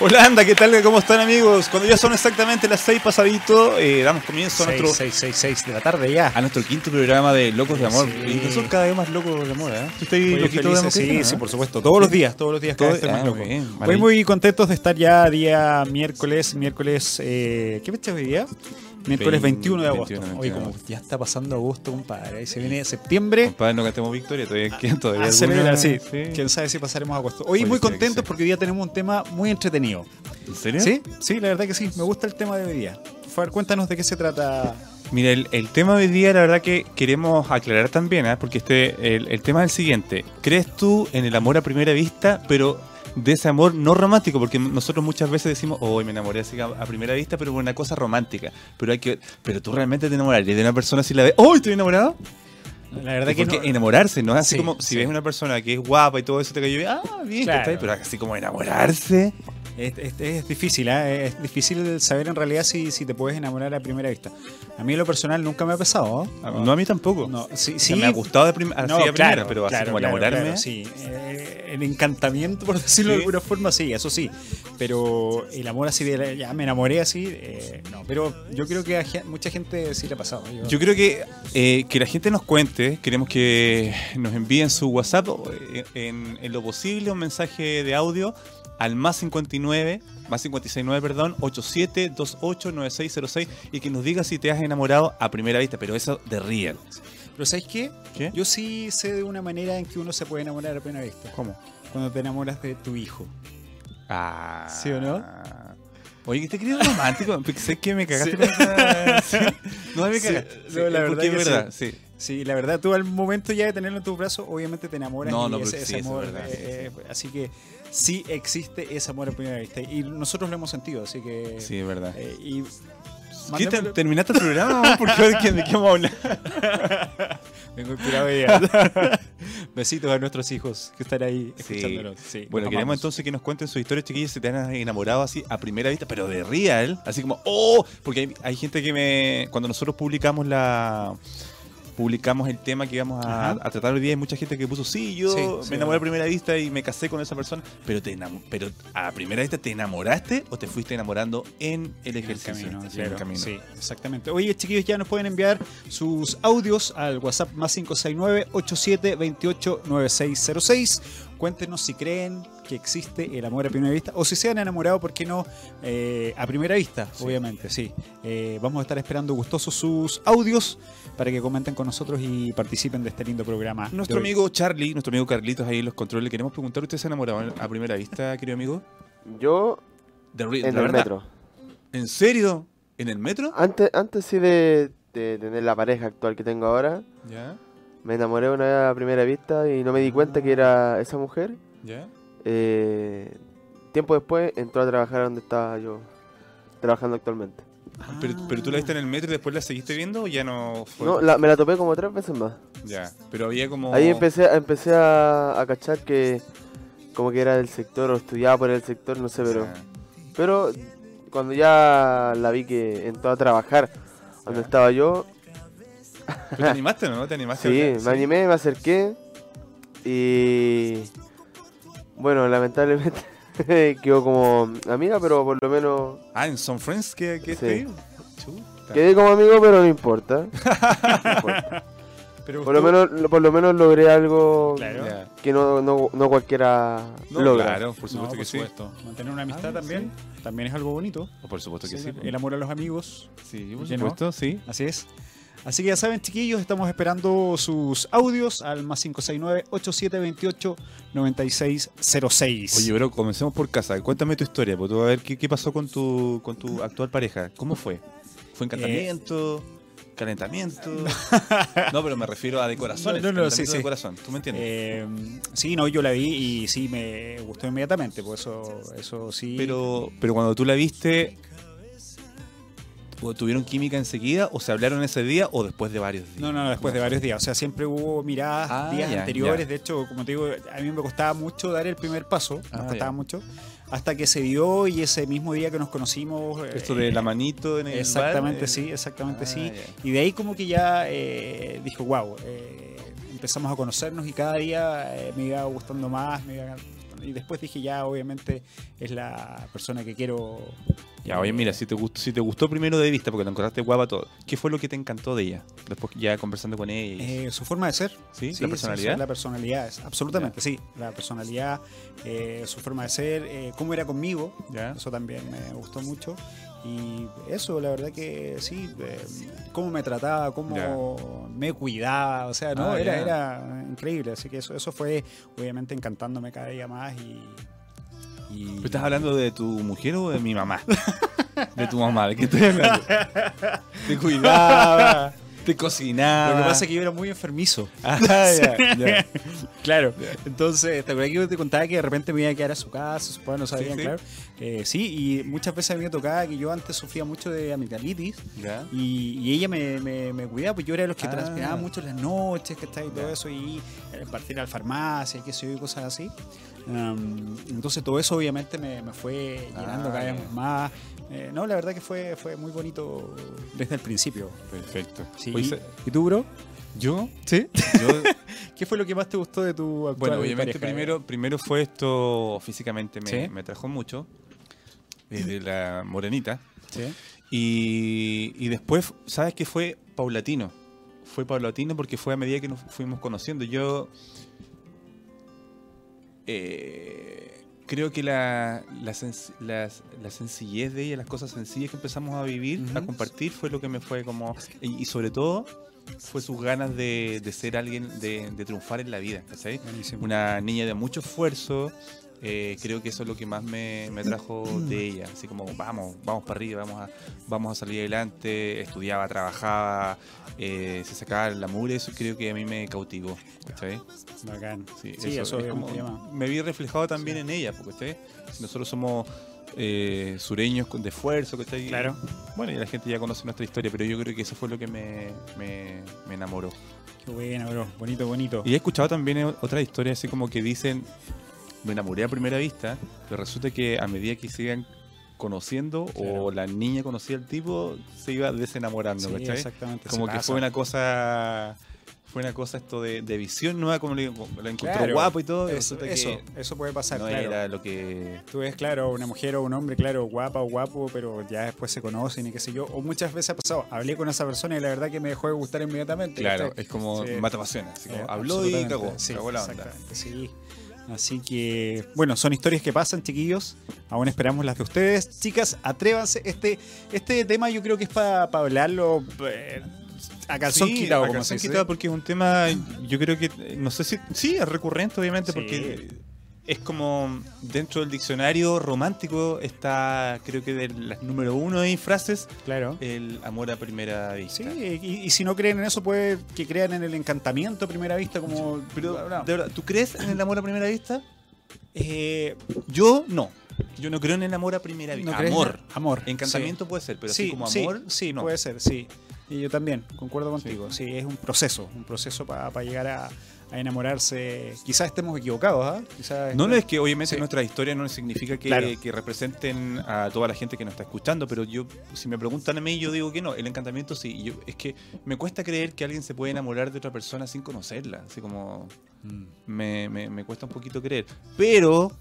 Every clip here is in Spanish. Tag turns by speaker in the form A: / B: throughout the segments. A: Holanda, ¿qué tal? ¿Cómo están amigos? Cuando ya son exactamente las 6 pasadito, eh, damos comienzo a nuestro,
B: 6, 6, 6 de la tarde ya.
A: a nuestro quinto programa de Locos de Amor.
B: Sí.
A: Y no son cada vez más locos de amor, ¿eh? Yo estoy
B: Muy
A: loquito de amor
B: felices, sí,
A: cristiano,
B: sí,
A: ¿eh?
B: por supuesto. Todos los días, todos los días cada vez
A: Todo-
B: estoy más
A: ah,
B: loco.
A: muy bien,
B: Muy, muy contentos de estar ya día miércoles, miércoles, eh, ¿qué fecha es hoy día? Miércoles 21 de agosto.
A: 21,
B: Oye,
A: 21.
B: como ya está pasando agosto, compadre. Ahí se viene septiembre.
A: Compadre, no cantemos victoria, todavía quedan todavía
B: A celebrar,
A: algunas-
B: Ah, sí.
A: sí.
B: Quién sabe si pasaremos agosto. Hoy
A: Puede
B: muy
A: ser que
B: contentos
A: sí.
B: porque hoy día tenemos un tema muy entretenido.
A: ¿En serio?
B: ¿Sí? Sí, la verdad que sí. Me gusta el tema de hoy día. Far, cuéntanos de qué se trata.
A: Mira, el, el tema de hoy día, la verdad que queremos aclarar también, ¿ah? porque este, el, el tema es el siguiente. ¿Crees tú en el amor a primera vista, pero de ese amor no romántico? Porque nosotros muchas veces decimos, hoy me enamoré así a, a primera vista, pero por una cosa romántica. Pero hay que, pero tú realmente te enamorarías de una persona si la ves, ¡oh, estoy enamorado!
B: La verdad que
A: porque
B: no-
A: enamorarse, ¿no? es Así
B: Sí,
A: como si
B: sí.
A: ves una persona que es guapa y todo eso, te cayó bien, ¡ah, bien!
B: Claro.
A: ¿cachai? Pero así como enamorarse.
B: Es, es- es difícil, ¿eh? es difícil saber en realidad si, si te puedes enamorar a primera vista. A mí en lo personal nunca me ha pasado.
A: a-
B: ¿ah?
A: Ah, No a mí tampoco.
B: No, sí,
A: O sea,
B: sí.
A: me Ah, ha gustado de prim- así
B: No,
A: a primera,
B: claro,
A: pero así
B: claro,
A: como
B: claro,
A: enamorarme.
B: claro, sí. Eh, el encantamiento, por decirlo de
A: Sí.
B: alguna forma, sí, eso sí. Pero el amor así de la- ya me enamoré así, eh, no. Pero yo creo que a gen- mucha gente sí le ha pasado. Yo-
A: Yo creo que eh, que la gente nos cuente, queremos que nos envíen su WhatsApp o, eh, en, en lo posible un mensaje de audio al más 59, más 569, perdón, 87289606 y que nos digas si te has enamorado a primera vista, pero eso de real.
B: pero ¿sabes qué?
A: ¿Qué?
B: Yo sí sé de una manera en que uno se puede enamorar a primera vista.
A: ¿Cómo?
B: Cuando te enamoras de tu hijo.
A: Ah.
B: ¿Sí o no?
A: Oye, que te crees romántico, porque sé que me cagaste con esa- sí. No me
B: Sí,
A: cagaste.
B: no, la
A: porque
B: verdad
A: es
B: que
A: verdad, sí.
B: Sí, la verdad, tú al momento ya de tenerlo en tus brazos, obviamente te enamoras
A: No,
B: y
A: no, pero
B: ese,
A: sí,
B: ese
A: eso es
B: amor.
A: verdad,
B: eh, eh, Así que sí existe ese amor a primera vista. Y nosotros lo hemos sentido, así que.
A: Sí, es verdad.
B: eh, y
A: ¿Qué, te-
B: mandémosle-
A: ¿Terminaste el programa? ¿Por qué? ¿De qué de qué vamos a hablar?
B: Vengo inspirado hoy día. Besitos a nuestros hijos que están ahí
A: Sí.
B: escuchándonos. Sí,
A: Bueno,
B: los
A: queremos
B: amamos.
A: entonces que nos cuenten su historia, chiquillos, si te han enamorado así a primera vista, pero de real, así como, ¡oh! Porque hay, hay gente que me... Cuando nosotros publicamos la... Publicamos el tema que íbamos a,
B: Ajá.
A: a tratar hoy día, hay mucha gente que puso, sí, yo
B: Sí,
A: me enamoré
B: sí,
A: a
B: verdad.
A: primera vista y me casé con esa persona, pero te enam- pero a primera vista te enamoraste o te fuiste enamorando en el
B: En el
A: ejercicio,
B: camino,
A: Sí, en el
B: claro,
A: camino.
B: Sí, exactamente. Oye, chiquillos, ya nos pueden enviar sus audios al WhatsApp más 569-8728-9606. Cuéntenos si creen que existe el amor a primera vista o si se han enamorado, ¿por qué no? Eh, a primera vista, obviamente, sí. Eh, vamos a estar esperando gustosos sus audios para que comenten con nosotros y participen de este lindo programa.
A: Nuestro
B: de hoy.
A: amigo Charlie, nuestro amigo Carlitos ahí en los controles, le queremos preguntar, ¿usted se ha enamorado a primera vista, querido amigo?
C: Yo
A: De re-
C: en
A: la
C: el
A: verdad.
C: metro.
A: ¿En serio? ¿En el metro?
C: Antes, antes sí de, de tener la pareja actual que tengo ahora,
A: Ya,
C: me enamoré una vez a primera vista y no me di cuenta que era esa mujer.
A: ya.
C: Eh, tiempo después entró a trabajar donde estaba yo trabajando actualmente.
A: Pero, pero tú la viste en el metro y después la seguiste viendo o ya no fue.
C: Ah. No, la- me la topé como tres veces más.
A: Ya, pero había como.
C: Ahí empecé, empecé a, a cachar que como que era del sector o estudiaba por el sector, no sé, pero...
A: Ya.
C: Pero cuando ya la vi que entró a trabajar donde
A: Ya.
C: estaba yo,
A: ¿Tú ¿Te animaste no? ¿Te animaste?
C: Sí,
A: ¿verdad?
C: me animé, me acerqué y bueno, lamentablemente quedó como amiga, pero por lo menos
A: Ah, en Son Friends, ¿qué, qué
C: Sí.
A: te digo? Chuta.
C: quedé como amigo, pero no importa. No importa.
B: Pero
C: Por lo
B: tú-
C: menos, lo- por lo menos logré algo
B: Claro.
A: Ya.
C: que no, no, no cualquiera
A: No,
C: logra.
A: claro, por supuesto
B: No,
A: que
B: por
A: sí.
B: supuesto. Mantener una amistad
A: Ah,
B: también, también es algo bonito.
A: O por supuesto que sí. pues.
B: El amor a los amigos.
A: Sí, por
B: ¿Por qué no?
A: supuesto, sí.
B: Así es. Así que ya saben, chiquillos, estamos esperando sus audios al más 569-8728-9606.
A: Oye, bro, comencemos por casa. Cuéntame tu historia, porque tú a ver qué, qué pasó con tu, con tu actual pareja. ¿Cómo fue? ¿Fue encantamiento? ¿Calentamiento? no, pero me refiero a de corazones.
B: No, no, no, sí,
A: calentamiento de
B: sí.
A: corazón, ¿tú me entiendes?
B: Eh, sí, no, yo la vi y sí, me gustó inmediatamente, por eso, eso sí.
A: Pero, pero cuando tú la viste, ¿o ¿tuvieron química enseguida o se hablaron ese día o después de varios días?
B: No, no, no, después de varios días. O sea, siempre hubo miradas
A: Ah,
B: días
A: ya,
B: anteriores.
A: ya.
B: De hecho, como te digo, a mí me costaba mucho dar el primer paso.
A: Ah,
B: me
A: ya.
B: costaba mucho. Hasta que se dio y ese mismo día que nos conocimos. eh,
A: Esto de la manito en el bar,
B: Exactamente,
A: eh,
B: sí, exactamente
A: ah,
B: sí.
A: ya.
B: Y de ahí como que ya eh, dijo, eh, wow, empezamos a conocernos y cada día eh, me iba gustando más, me iba gustando y después dije, ya, obviamente es la persona que quiero.
A: Ya, oye, mira, si te gustó, si te gustó primero de vista, porque te encontraste guapa todo, ¿qué fue lo que te encantó de ella? Después ya conversando con ella. y-
B: Eh, su forma de ser.
A: ¿Sí?
B: Sí,
A: ¿La
B: sí,
A: personalidad?
B: sí, la personalidad, es- absolutamente, sí. La personalidad, eh, su forma de ser, eh, cómo era conmigo,
A: Ya.
B: eso también me gustó mucho. Y eso, la verdad que sí, eh, cómo me trataba, cómo me cuidaba, o sea, no,
A: Ah,
B: era,
A: ya.
B: era increíble. Así que eso, eso fue, obviamente, encantándome cada día más y... y-
A: ¿Pero ¿Estás hablando de tu mujer o de mi mamá? De tu mamá, ¿de qué estoy hablando? Te cuidaba, te cocinaba.
B: Lo que pasa es que yo era muy enfermizo.
A: Ah, ya, ya.
B: Claro. Entonces, ¿te acuerdas que yo te contaba que de repente me iba a quedar a su casa? Sus padres no sabían,
A: sí.
B: claro. Eh, sí, y muchas veces a mí me tocaba que yo antes sufría mucho de amigdalitis
A: Ya.
B: y, y ella me, me- me cuidaba, pues yo era de los que
A: Ah.
B: transpiraba mucho en las noches, que y todo eso, y eh, partir a la farmacia, qué sé yo, y cosas así. Um, entonces, todo eso obviamente me, me fue llenando
A: Ah,
B: cada
A: ya.
B: vez más. Eh, no, la verdad que fue, fue muy bonito desde el principio.
A: Perfecto.
B: Sí.
A: Oye, se-
B: ¿Y tú, bro?
A: ¿Yo?
B: Sí.
A: Yo-
B: ¿Qué fue lo que más te gustó de tu actual
A: bueno, obviamente
B: pareja? ¿eh?
A: primero, primero fue esto, físicamente me,
B: Sí.
A: me atrajo mucho, desde la morenita.
B: Sí.
A: Y, y después, ¿sabes qué fue paulatino? Fue paulatino porque fue a medida que nos fuimos conociendo. Yo eh, creo que la, la, senc- las- la sencillez de ella, las cosas sencillas que empezamos a vivir, a
B: Ujú.
A: compartir, fue lo que me fue como... Y, y sobre todo fue sus ganas de, de ser alguien, de, de triunfar en la vida, ¿cachai?
B: Buenísimo.
A: Una niña de mucho esfuerzo. eh, creo que eso es lo que más me, me trajo de ella. Así como, vamos, vamos para arriba, vamos a, vamos a salir adelante. Estudiaba, trabajaba, eh, se sacaba la mugre. Eso creo que a mí me cautivó. ¿cachai?
B: Bacán.
A: Sí,
B: eso,
A: es
B: es
A: como- me vi reflejado también en ella, porque ¿cachai? Si nosotros somos eh, sureños con de esfuerzo. ¿cachai?
B: Claro.
A: Bueno, y la gente ya conoce nuestra historia, pero yo creo que eso fue lo que me, me- me enamoró.
B: Qué bueno, bro. Bonito, bonito.
A: Y he escuchado también o- otra historia así como que dicen, me enamoré a primera vista, pero resulta que a medida que sigan conociendo o
B: Claro.
A: la niña conocía al tipo, se iba desenamorando,
B: Sí,
A: ¿cachai?
B: exactamente.
A: Como
B: se
A: que
B: pasa.
A: fue una cosa... Fue una cosa esto de, de visión nueva, como le, la encontró
B: Claro.
A: guapo y todo. y
B: Eso,
A: resulta
B: eso,
A: que
B: eso puede pasar,
A: no
B: claro.
A: era lo que...
B: Tú ves, claro, una mujer o un hombre, claro, guapa o guapo, pero ya después se conocen y qué sé yo. O muchas veces ha pasado, hablé con esa persona y la verdad que me dejó de gustar inmediatamente.
A: Claro,
B: ¿cachai?
A: es como
B: Sí.
A: mata pasiones. así como
B: Eh,
A: habló y
B: absolutamente.
A: cagó,
B: Sí,
A: cagó la onda.
B: exactamente, sí. Así que, bueno, son historias que pasan, chiquillos. Aún esperamos las de ustedes. Chicas, atrévanse. Este, este tema yo creo que es para hablarlo eh, a calzón
A: Sí,
B: quitado.
A: a
B: como
A: calzón
B: se dice.
A: quitado porque es un tema, yo creo que, eh, no sé si, sí, es recurrente obviamente
B: Sí.
A: porque es como dentro del diccionario romántico está, creo que de las número uno hay frases,
B: Claro.
A: el amor a primera vista.
B: Sí, y, y si no creen en eso, puede que crean en el encantamiento a primera vista, como.
A: Pero,
B: hablamos.
A: de verdad, ¿tú crees en el amor a primera vista?
B: Eh,
A: Yo no. Yo no creo en el amor a primera
B: ¿no
A: vista.
B: crees?
A: amor.
B: Amor.
A: Encantamiento puede ser, pero así como
B: sí,
A: amor,
B: sí,
A: no.
B: puede ser, sí. Y yo también, concuerdo contigo. Sí, es un proceso, un proceso para llegar a, a enamorarse. Quizás estemos equivocados, ¿ah? Quizás
A: No, no es que obviamente
B: Sí.
A: nuestra historia no significa que,
B: Claro.
A: que representen a toda la gente que nos está escuchando, pero yo, si me preguntan a mí, yo digo que no. El encantamiento sí. Y Yo, es que me cuesta creer que alguien se puede enamorar de otra persona sin conocerla. Así como
B: Mm.
A: me, me- me cuesta un poquito creer. Pero,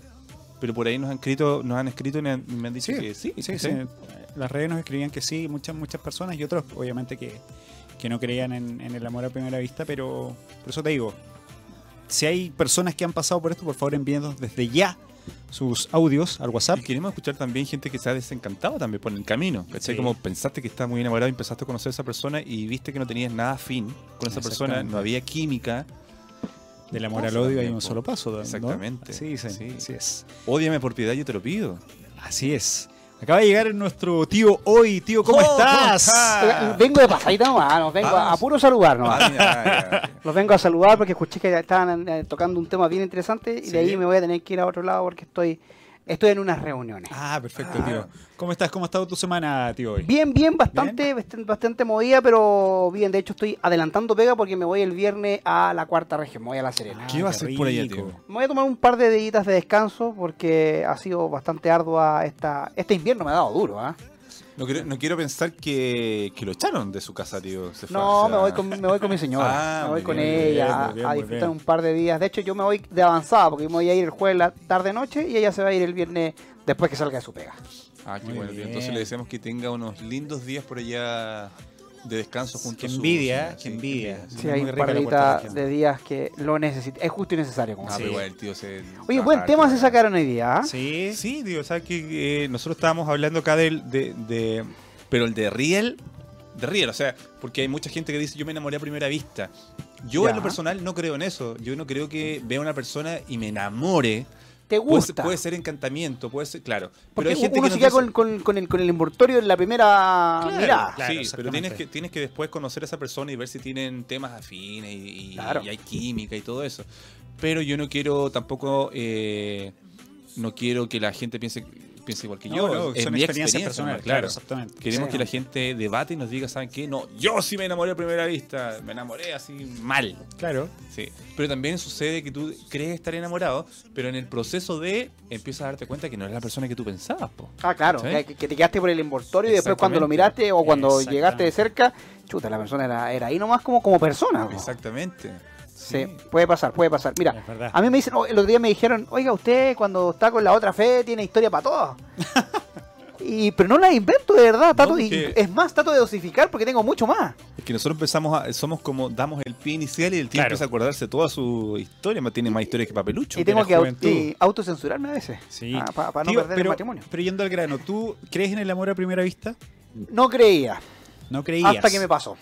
A: pero por ahí nos han escrito, nos han escrito y me han, me han dicho
B: Sí,
A: que sí.
B: sí,
A: ¿sí?
B: sí. Las redes nos escribían que sí, muchas, muchas personas y otros, obviamente, que, que no creían en, en el amor a primera vista, pero por eso te digo, si hay personas que han pasado por esto, por favor envíenos desde ya sus audios al WhatsApp.
A: Y queremos escuchar también gente que se ha desencantado también por el camino. ¿Cachai?
B: Sí.
A: Como pensaste que estabas muy enamorado, empezaste a conocer a esa persona y viste que no tenías nada afín con esa persona,
B: Exactamente.
A: no había química.
B: Del amor
A: Paso
B: al odio hay
A: también,
B: un
A: po.
B: solo paso, ¿no?
A: Exactamente.
B: Sí, dicen.
A: Sí.
B: Así es.
A: Ódiame por piedad, yo te lo pido.
B: Así es. Acaba de llegar nuestro tío hoy. Tío,
D: Oh,
B: ¿cómo estás?
A: Ah.
D: Vengo de pasadita nomás, nos vengo a, a puro saludar nomás.
A: Ah, mira,
D: Los vengo a saludar porque escuché que estaban eh, tocando un tema bien interesante y
A: Sí.
D: de ahí me voy a tener que ir a otro lado porque estoy, estoy en unas reuniones.
B: Ah, perfecto,
A: Ah.
B: tío. ¿Cómo estás? ¿Cómo ha estado tu semana, tío hoy?
D: Bien, bien, bastante, bast- bastante movida, pero bien, de hecho estoy adelantando pega porque me voy el viernes a la cuarta región, me voy a La Serena.
A: ¿Qué va a
B: Ah, qué
A: hacer por allá,
B: rico.
A: tío?
D: Me voy a tomar un par de deditas de descanso porque ha sido bastante ardua esta, este invierno me ha dado duro, ¿ah?
A: No quiero, no quiero pensar que, que lo echaron de su casa, tío. se fue, o
D: No,
A: sea,
D: me voy, con, me voy con mi señora.
A: Ah,
D: me
A: muy
D: voy con
A: bien, muy
B: bien,
D: ella
B: muy bien,
D: a
B: muy
D: disfrutar
B: bien.
D: un par de días. De hecho, yo me voy de avanzada porque me voy a ir el jueves en la tarde-noche y ella se va a ir el viernes después que salga de su pega.
A: Ah, qué
B: Muy
A: bueno, tío.
B: bien.
A: Entonces le deseamos que tenga unos lindos días por allá de descanso junto
B: Qué
A: a su
B: envidia,
A: señora,
B: qué
A: sí,
B: envidia.
A: sí.
D: Sí,
B: muy
D: hay un
B: rica la
D: par de
B: puerta
D: días
B: de
D: de días que lo necesito. Es justo y necesario. como
A: Ah,
D: se
A: pero
B: Sí.
A: igual, tío, se-
D: dice. Oye, buen tema se sacaron hoy día. ¿ah?
B: Sí.
A: Sí, digo, o sea, que eh, nosotros estábamos hablando acá del, de, de- Pero el de Riel, de Riel, o sea, porque hay mucha gente que dice yo me enamoré a primera vista. Yo
D: Ya.
A: en lo personal no creo en eso. Yo no creo que vea a una persona y me enamore.
D: ¿Te
A: Puede ser,
D: gusta?
A: puede ser encantamiento, puede ser, claro. pero
D: porque
A: hay gente
D: uno
A: que nos
D: se queda
A: dice-
D: con, con- con el, con el envoltorio en la primera
A: Claro,
D: mirada.
B: Claro,
A: sí, pero tienes
B: exactamente.
A: que, tienes que después conocer a esa persona y ver si tienen temas afines y, y-
D: Claro.
A: y hay química y todo eso. Pero yo no quiero tampoco, eh, no quiero que la gente piense, piense igual que
B: No,
A: yo.
B: no,
A: es
B: son
A: mi
B: experiencias
A: experiencia,
B: personales,
A: ¿no?
B: claro,
A: claro.
B: exactamente.
A: Queremos
D: Sí,
A: que
D: no.
A: la gente debate y nos diga, ¿saben qué? No, yo sí me enamoré a primera vista, me enamoré así mal.
B: Claro.
A: Sí. Pero también sucede que tú crees estar enamorado, pero en el proceso de empiezas a darte cuenta que no es la persona que tú pensabas, po.
D: Ah, claro,
A: ¿Sí?
D: que, que te quedaste por el envoltorio y después cuando lo
A: Exactamente.
D: miraste o cuando
B: Exactamente.
D: llegaste de cerca, chuta, la persona era, era ahí nomás como, como persona. po.
A: Exactamente.
D: Sí, puede pasar, puede pasar. Mira,
B: Es verdad.
D: a mí me dicen, oh, el otro día me dijeron, oiga, usted cuando está con la otra fe tiene historia para todo. y, pero no la invento de verdad, trato de-
A: porque-
D: es más, trato de dosificar porque tengo mucho más.
A: Es que nosotros empezamos a, somos como damos el pie inicial y el tío
B: Claro.
A: empieza a acordarse toda su historia, más tiene más historia que papelucho.
D: y tengo
B: la
D: que au-
B: juventud.
D: y autocensurarme a veces
B: Sí.
D: para Ah, no
B: Tío,
D: perder el
B: pero,
D: matrimonio.
B: Pero yendo al grano, ¿tú crees en el amor a primera vista?
D: No creía
B: No creías.
D: hasta que me pasó.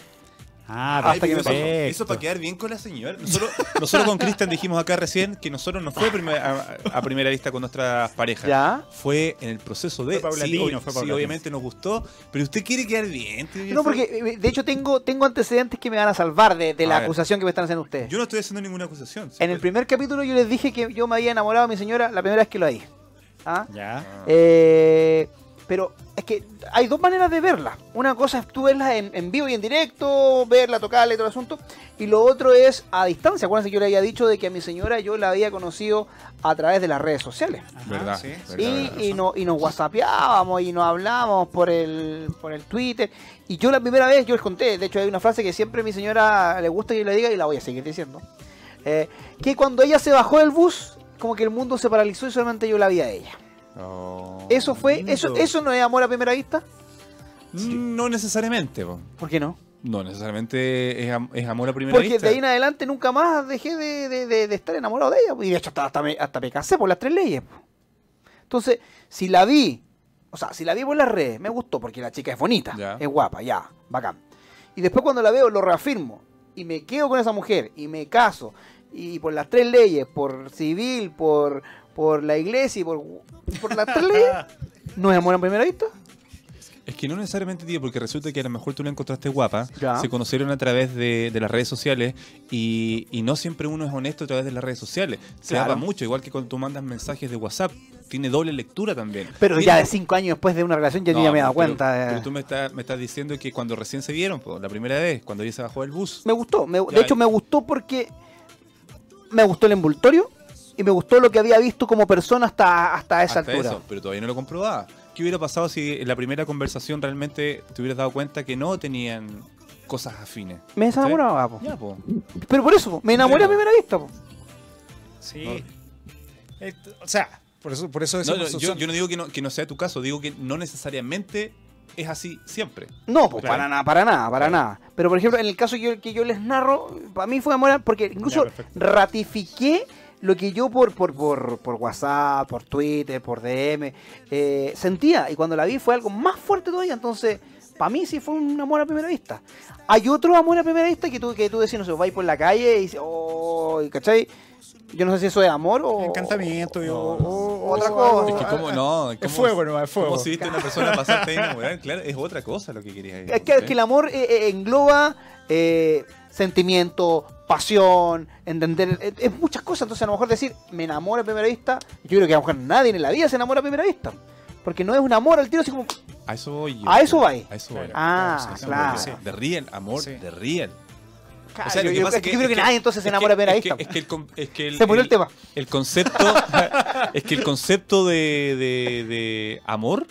B: Ah,
D: Ay,
B: perfecto.
D: pero eso-
A: Eso para quedar bien con la señora. Nosotros, nosotros con Cristian dijimos acá recién que nosotros no fue primer- a, a primera vista con nuestras parejas.
D: ¿Ya?
A: Fue en el proceso de.
B: Fue paulatino,
A: sí, o-
B: fue
A: sí,
B: paulatino.
A: obviamente nos gustó, pero usted quiere quedar bien. tío,
D: No, porque eh, de hecho tengo, tengo antecedentes que me van a salvar de, de
A: A
D: la
A: ver.
D: acusación que me están haciendo ustedes.
A: Yo no estoy haciendo ninguna acusación.
D: en el primer capítulo yo les dije que yo me había enamorado de mi señora la primera vez que lo vi. ¿Ah?
B: Ya.
D: Eh, pero es que hay dos maneras de verla. Una cosa es tú verla en, en vivo y en directo, verla, tocarla y todo el asunto. Y lo otro es a distancia. Acuérdense que yo le había dicho de que a mi señora yo la había conocido a través de las redes sociales.
B: Ajá,
A: Verdad.
B: sí.
A: verdad,
D: Y,
A: verdad.
D: y, no, y nos whatsappeábamos y nos hablábamos por el, por el Twitter. Y yo la primera vez, yo les conté, de hecho hay una frase que siempre a mi señora le gusta que yo le diga y la voy a seguir diciendo. eh, que cuando ella se bajó del bus, como que el mundo se paralizó y solamente yo la vi a ella.
A: Oh,
D: Eso fue,
A: lindo.
D: eso, eso no es amor a primera vista.
A: Mm, No necesariamente, po.
D: ¿Por qué no?
A: No necesariamente es, am- es amor a primera
D: Porque
A: vista.
D: de ahí en adelante nunca más dejé de, de- de- de estar enamorado de ella. Y de hecho hasta, hasta me, hasta me casé por las tres leyes. po. Entonces, si la vi, o sea, si la vi por las redes, me gustó porque la chica es bonita,
A: Ya.
D: es guapa, ya, bacán. Y después cuando la veo, lo reafirmo. Y me quedo con esa mujer y me caso. Y por las tres leyes, por civil, por, por la iglesia y por, por las tres leyes, no es amor a primera vista.
A: Es que no necesariamente, tío, porque resulta que a lo mejor tú la encontraste guapa,
D: Ya.
A: se conocieron a través de, de las redes sociales y, y no siempre uno es honesto a través de las redes sociales. Se
D: Claro.
A: habla mucho, igual que cuando tú mandas mensajes de WhatsApp, tiene doble lectura también.
D: Pero
A: Mira,
D: ya de cinco años después de una relación, ya yo
A: no,
D: ya me he dado
A: pero-
D: cuenta. eh. de-
A: Pero tú me estás, me estás diciendo que cuando recién se vieron, po, la primera vez, cuando ella se bajó del bus.
D: Me gustó, me- de
A: Ya,
D: hecho
A: y-
D: me gustó porque me gustó el envoltorio y me gustó lo que había visto como persona hasta, hasta esa
A: Hasta
D: altura.
A: eso, pero todavía no lo comprobaba. ¿Qué hubiera pasado si en la primera conversación realmente te hubieras dado cuenta que no tenían cosas afines?
D: Me desenamoraba, po.
A: Ya, po.
D: pero por eso, po, me enamoré a
A: Claro.
D: primera vista. po.
B: Sí. Eh, t- o sea, por eso, por eso
A: No,
B: decimos,
A: no,
B: son-
A: yo, yo no digo que no, que no sea tu caso, digo que no necesariamente es así siempre.
D: No, po,
B: Claro.
D: para nada, para nada, para nada. Pero por ejemplo, en el caso que yo, que yo les narro, para mí fue amor, porque incluso
B: Ya, perfecto.
D: ratifiqué lo que yo por, por, por, por WhatsApp, por Twitter, por DM, eh, sentía. Y cuando la vi fue algo más fuerte todavía. Entonces, para mí sí fue un amor a primera vista. Hay otro amor a primera vista que tú, que tú decís, no sé, vais por la calle y dices, oh, ¿cachai? Yo no sé si eso es amor o...
B: Encantamiento y o-
A: No,
B: o-
A: no.
B: o-
D: Otra
B: o-
D: cosa.
A: Es que cómo
D: ah,
A: no, cómo-
B: Es fuego, no, es fuego.
A: cómo si viste a una persona pasarte de enamorar, claro, es otra cosa lo que querías.
D: Es que, es que el amor eh, eh, engloba eh, sentimiento, pasión, entender, eh, es muchas cosas. Entonces, a lo mejor decir, me enamoro a primera vista, yo creo que a lo mejor nadie en la vida se enamora a primera vista. Porque no es un amor al tiro, así como,
A: A eso voy yo.
D: a eso va ahí.
A: A eso voy.
D: Ah,
A: A eso voy.
D: claro.
B: sí.
A: De real, amor,
B: Sí.
A: de real.
D: Claro,
A: O sea,
D: yo,
A: lo que
D: yo-
A: pasa
D: es que
A: que-
D: yo creo que
A: es que-
D: nadie entonces se
A: es
D: enamora a
A: que-
D: primera
A: es que-
D: vista.
A: es que el con- es que
D: Se murió el tema.
A: El concepto, es que el concepto de, de- de amor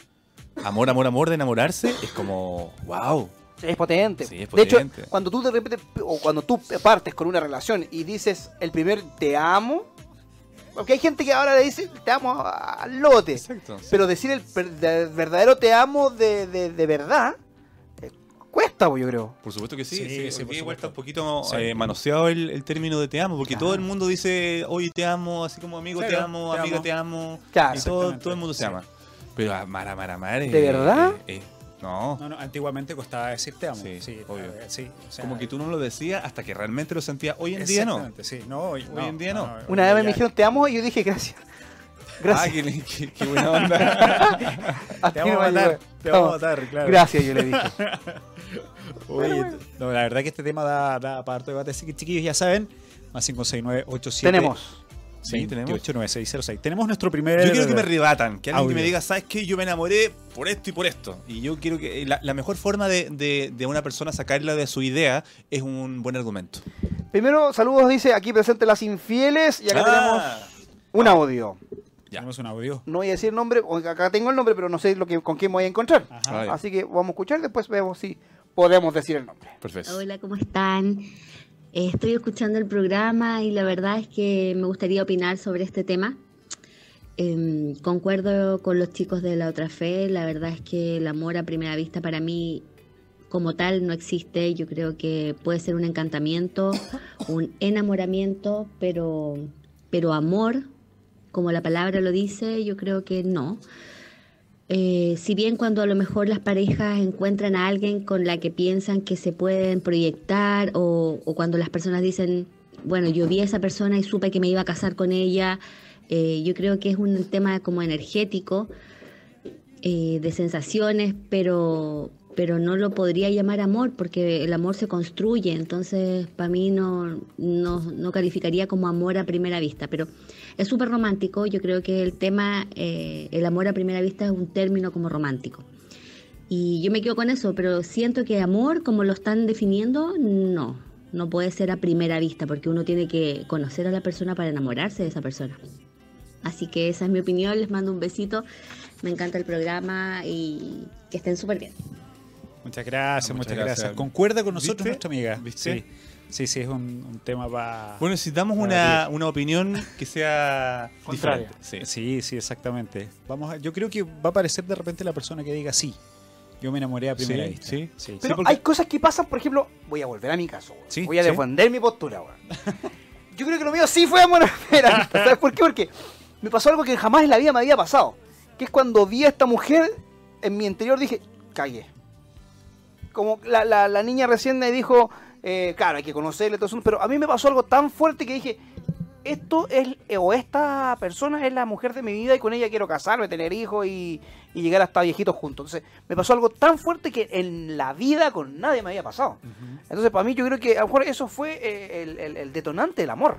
A: amor, amor, amor de enamorarse, es como, wow.
D: Es potente.
A: Sí, es
D: De
A: potente.
D: hecho, cuando tú de repente, o cuando tú partes con una relación y dices el primer te amo, porque hay gente que ahora le dice te amo a- al lote,
A: Exacto. sí.
D: pero decir el per- de- verdadero te amo de, de- de verdad eh, cuesta, pues, yo creo.
A: Por supuesto que sí, sí,
B: Sí, por
A: se pide
B: supuesto.
A: vuelta un poquito
B: Sí.
A: eh, manoseado el, el término de te amo, porque todo el mundo dice, oye, te amo, así como amigo, te
B: Claro,
A: amo,
B: te
A: amiga,
B: amo.
A: te amo,
D: Claro.
A: y todo,
B: Exactamente,
A: todo el mundo
B: sí.
A: se ama. Pero amar, amar, amar es-
D: ¿De verdad?
A: es- es- no,
B: No, no, antiguamente costaba decir te amo. Sí,
A: Sí, obvio.
B: eh, sí, o sea,
A: como que tú no lo decías hasta que realmente lo sentías, hoy en día no.
B: exactamente, Sí, no, hoy, no,
A: en día no.
B: hoy
D: Una
B: día
D: vez me
B: ya-
D: dijeron te amo y yo dije gracias.
A: Ah,
D: Gracias.
A: qué, qué- qué buena onda.
D: A ti
B: Te vamos
D: no
B: a
D: me
B: matar,
D: llegó.
B: te vamos a
D: Vamos.
B: matar, claro.
D: Gracias, yo le dije.
B: Oye, no, la verdad que este tema da, da para harto debate. Así que, chiquillos, ya saben, más 569 87
D: Tenemos.
A: Sí, tenemos.
B: 9606. Tenemos nuestro primer.
A: Yo quiero que me arrebatan, que alguien que me
B: Audio.
A: diga, ¿sabes qué? Yo me enamoré por esto y por esto. Y yo quiero que eh, la, la mejor forma de, de- de una persona sacarla de su idea es un buen argumento.
D: Primero, saludos, dice aquí presente las infieles y acá tenemos
A: Ah,
D: un audio.
A: Ya.
B: Tenemos un audio.
D: No voy a decir nombre, o- acá tengo el nombre, pero no sé lo que, con quién me voy a encontrar.
B: Ajá.
A: Ay.
D: Así que vamos a escuchar, después vemos si podemos decir el nombre.
A: Perfecto.
E: Hola, ¿cómo están? Eh, Estoy escuchando el programa y la verdad es que me gustaría opinar sobre este tema. Em, concuerdo con los chicos de la otra fe, la verdad es que el amor a primera vista para mí como tal no existe, yo creo que puede ser un encantamiento, un enamoramiento, pero, pero amor, como la palabra lo dice, yo creo que no. Eh, si bien cuando a lo mejor las parejas encuentran a alguien con la que piensan que se pueden proyectar o, o cuando las personas dicen, bueno, yo vi a esa persona y supe que me iba a casar con ella, eh, yo creo que es un tema como energético, eh, de sensaciones, pero, pero no lo podría llamar amor porque el amor se construye, entonces para mí no, no, no calificaría como amor a primera vista, pero es súper romántico, yo creo que el tema, eh, el amor a primera vista es un término como romántico. Y yo me quedo con eso, pero siento que amor, como lo están definiendo, no, no puede ser a primera vista, porque uno tiene que conocer a la persona para enamorarse de esa persona. Así que esa es mi opinión, les mando un besito, me encanta el programa y que estén súper bien.
B: Muchas gracias,
A: Ah,
B: muchas,
A: muchas
B: gracias.
A: gracias.
B: Concuerda con nosotros
A: ¿Viste?
B: nuestra amiga.
A: ¿Viste?
B: Sí, sí, sí, es un, un tema para.
A: Bueno, Pues necesitamos una,
B: Claro.
A: una opinión que sea
D: Contraria.
A: diferente. Sí.
B: Sí, sí, exactamente. Vamos a- yo creo que va a aparecer de repente la persona que diga sí. Yo me enamoré a primera
A: Sí,
B: vista.
A: sí.
B: sí.
D: Pero
A: porque-
D: hay cosas que pasan, por ejemplo, voy a volver a mi caso. weón.
A: Sí,
D: voy a
A: sí.
D: defender mi postura. weón. Yo creo que lo mío sí fue amor a primera vista. ¿Sabes por qué? Porque me pasó algo que jamás en la vida me había pasado. Que es cuando vi a esta mujer en mi interior dije, cagué. Como la, la- la niña recién me dijo, eh, claro, hay que conocerle todo eso, pero a mí me pasó algo tan fuerte que dije, esto es, o esta persona es la mujer de mi vida y con ella quiero casarme, tener hijos y, y llegar hasta viejitos juntos. Entonces, me pasó algo tan fuerte que en la vida con nadie me había pasado. Entonces, para mí, yo creo que a lo mejor eso fue eh, el, el- el detonante del amor.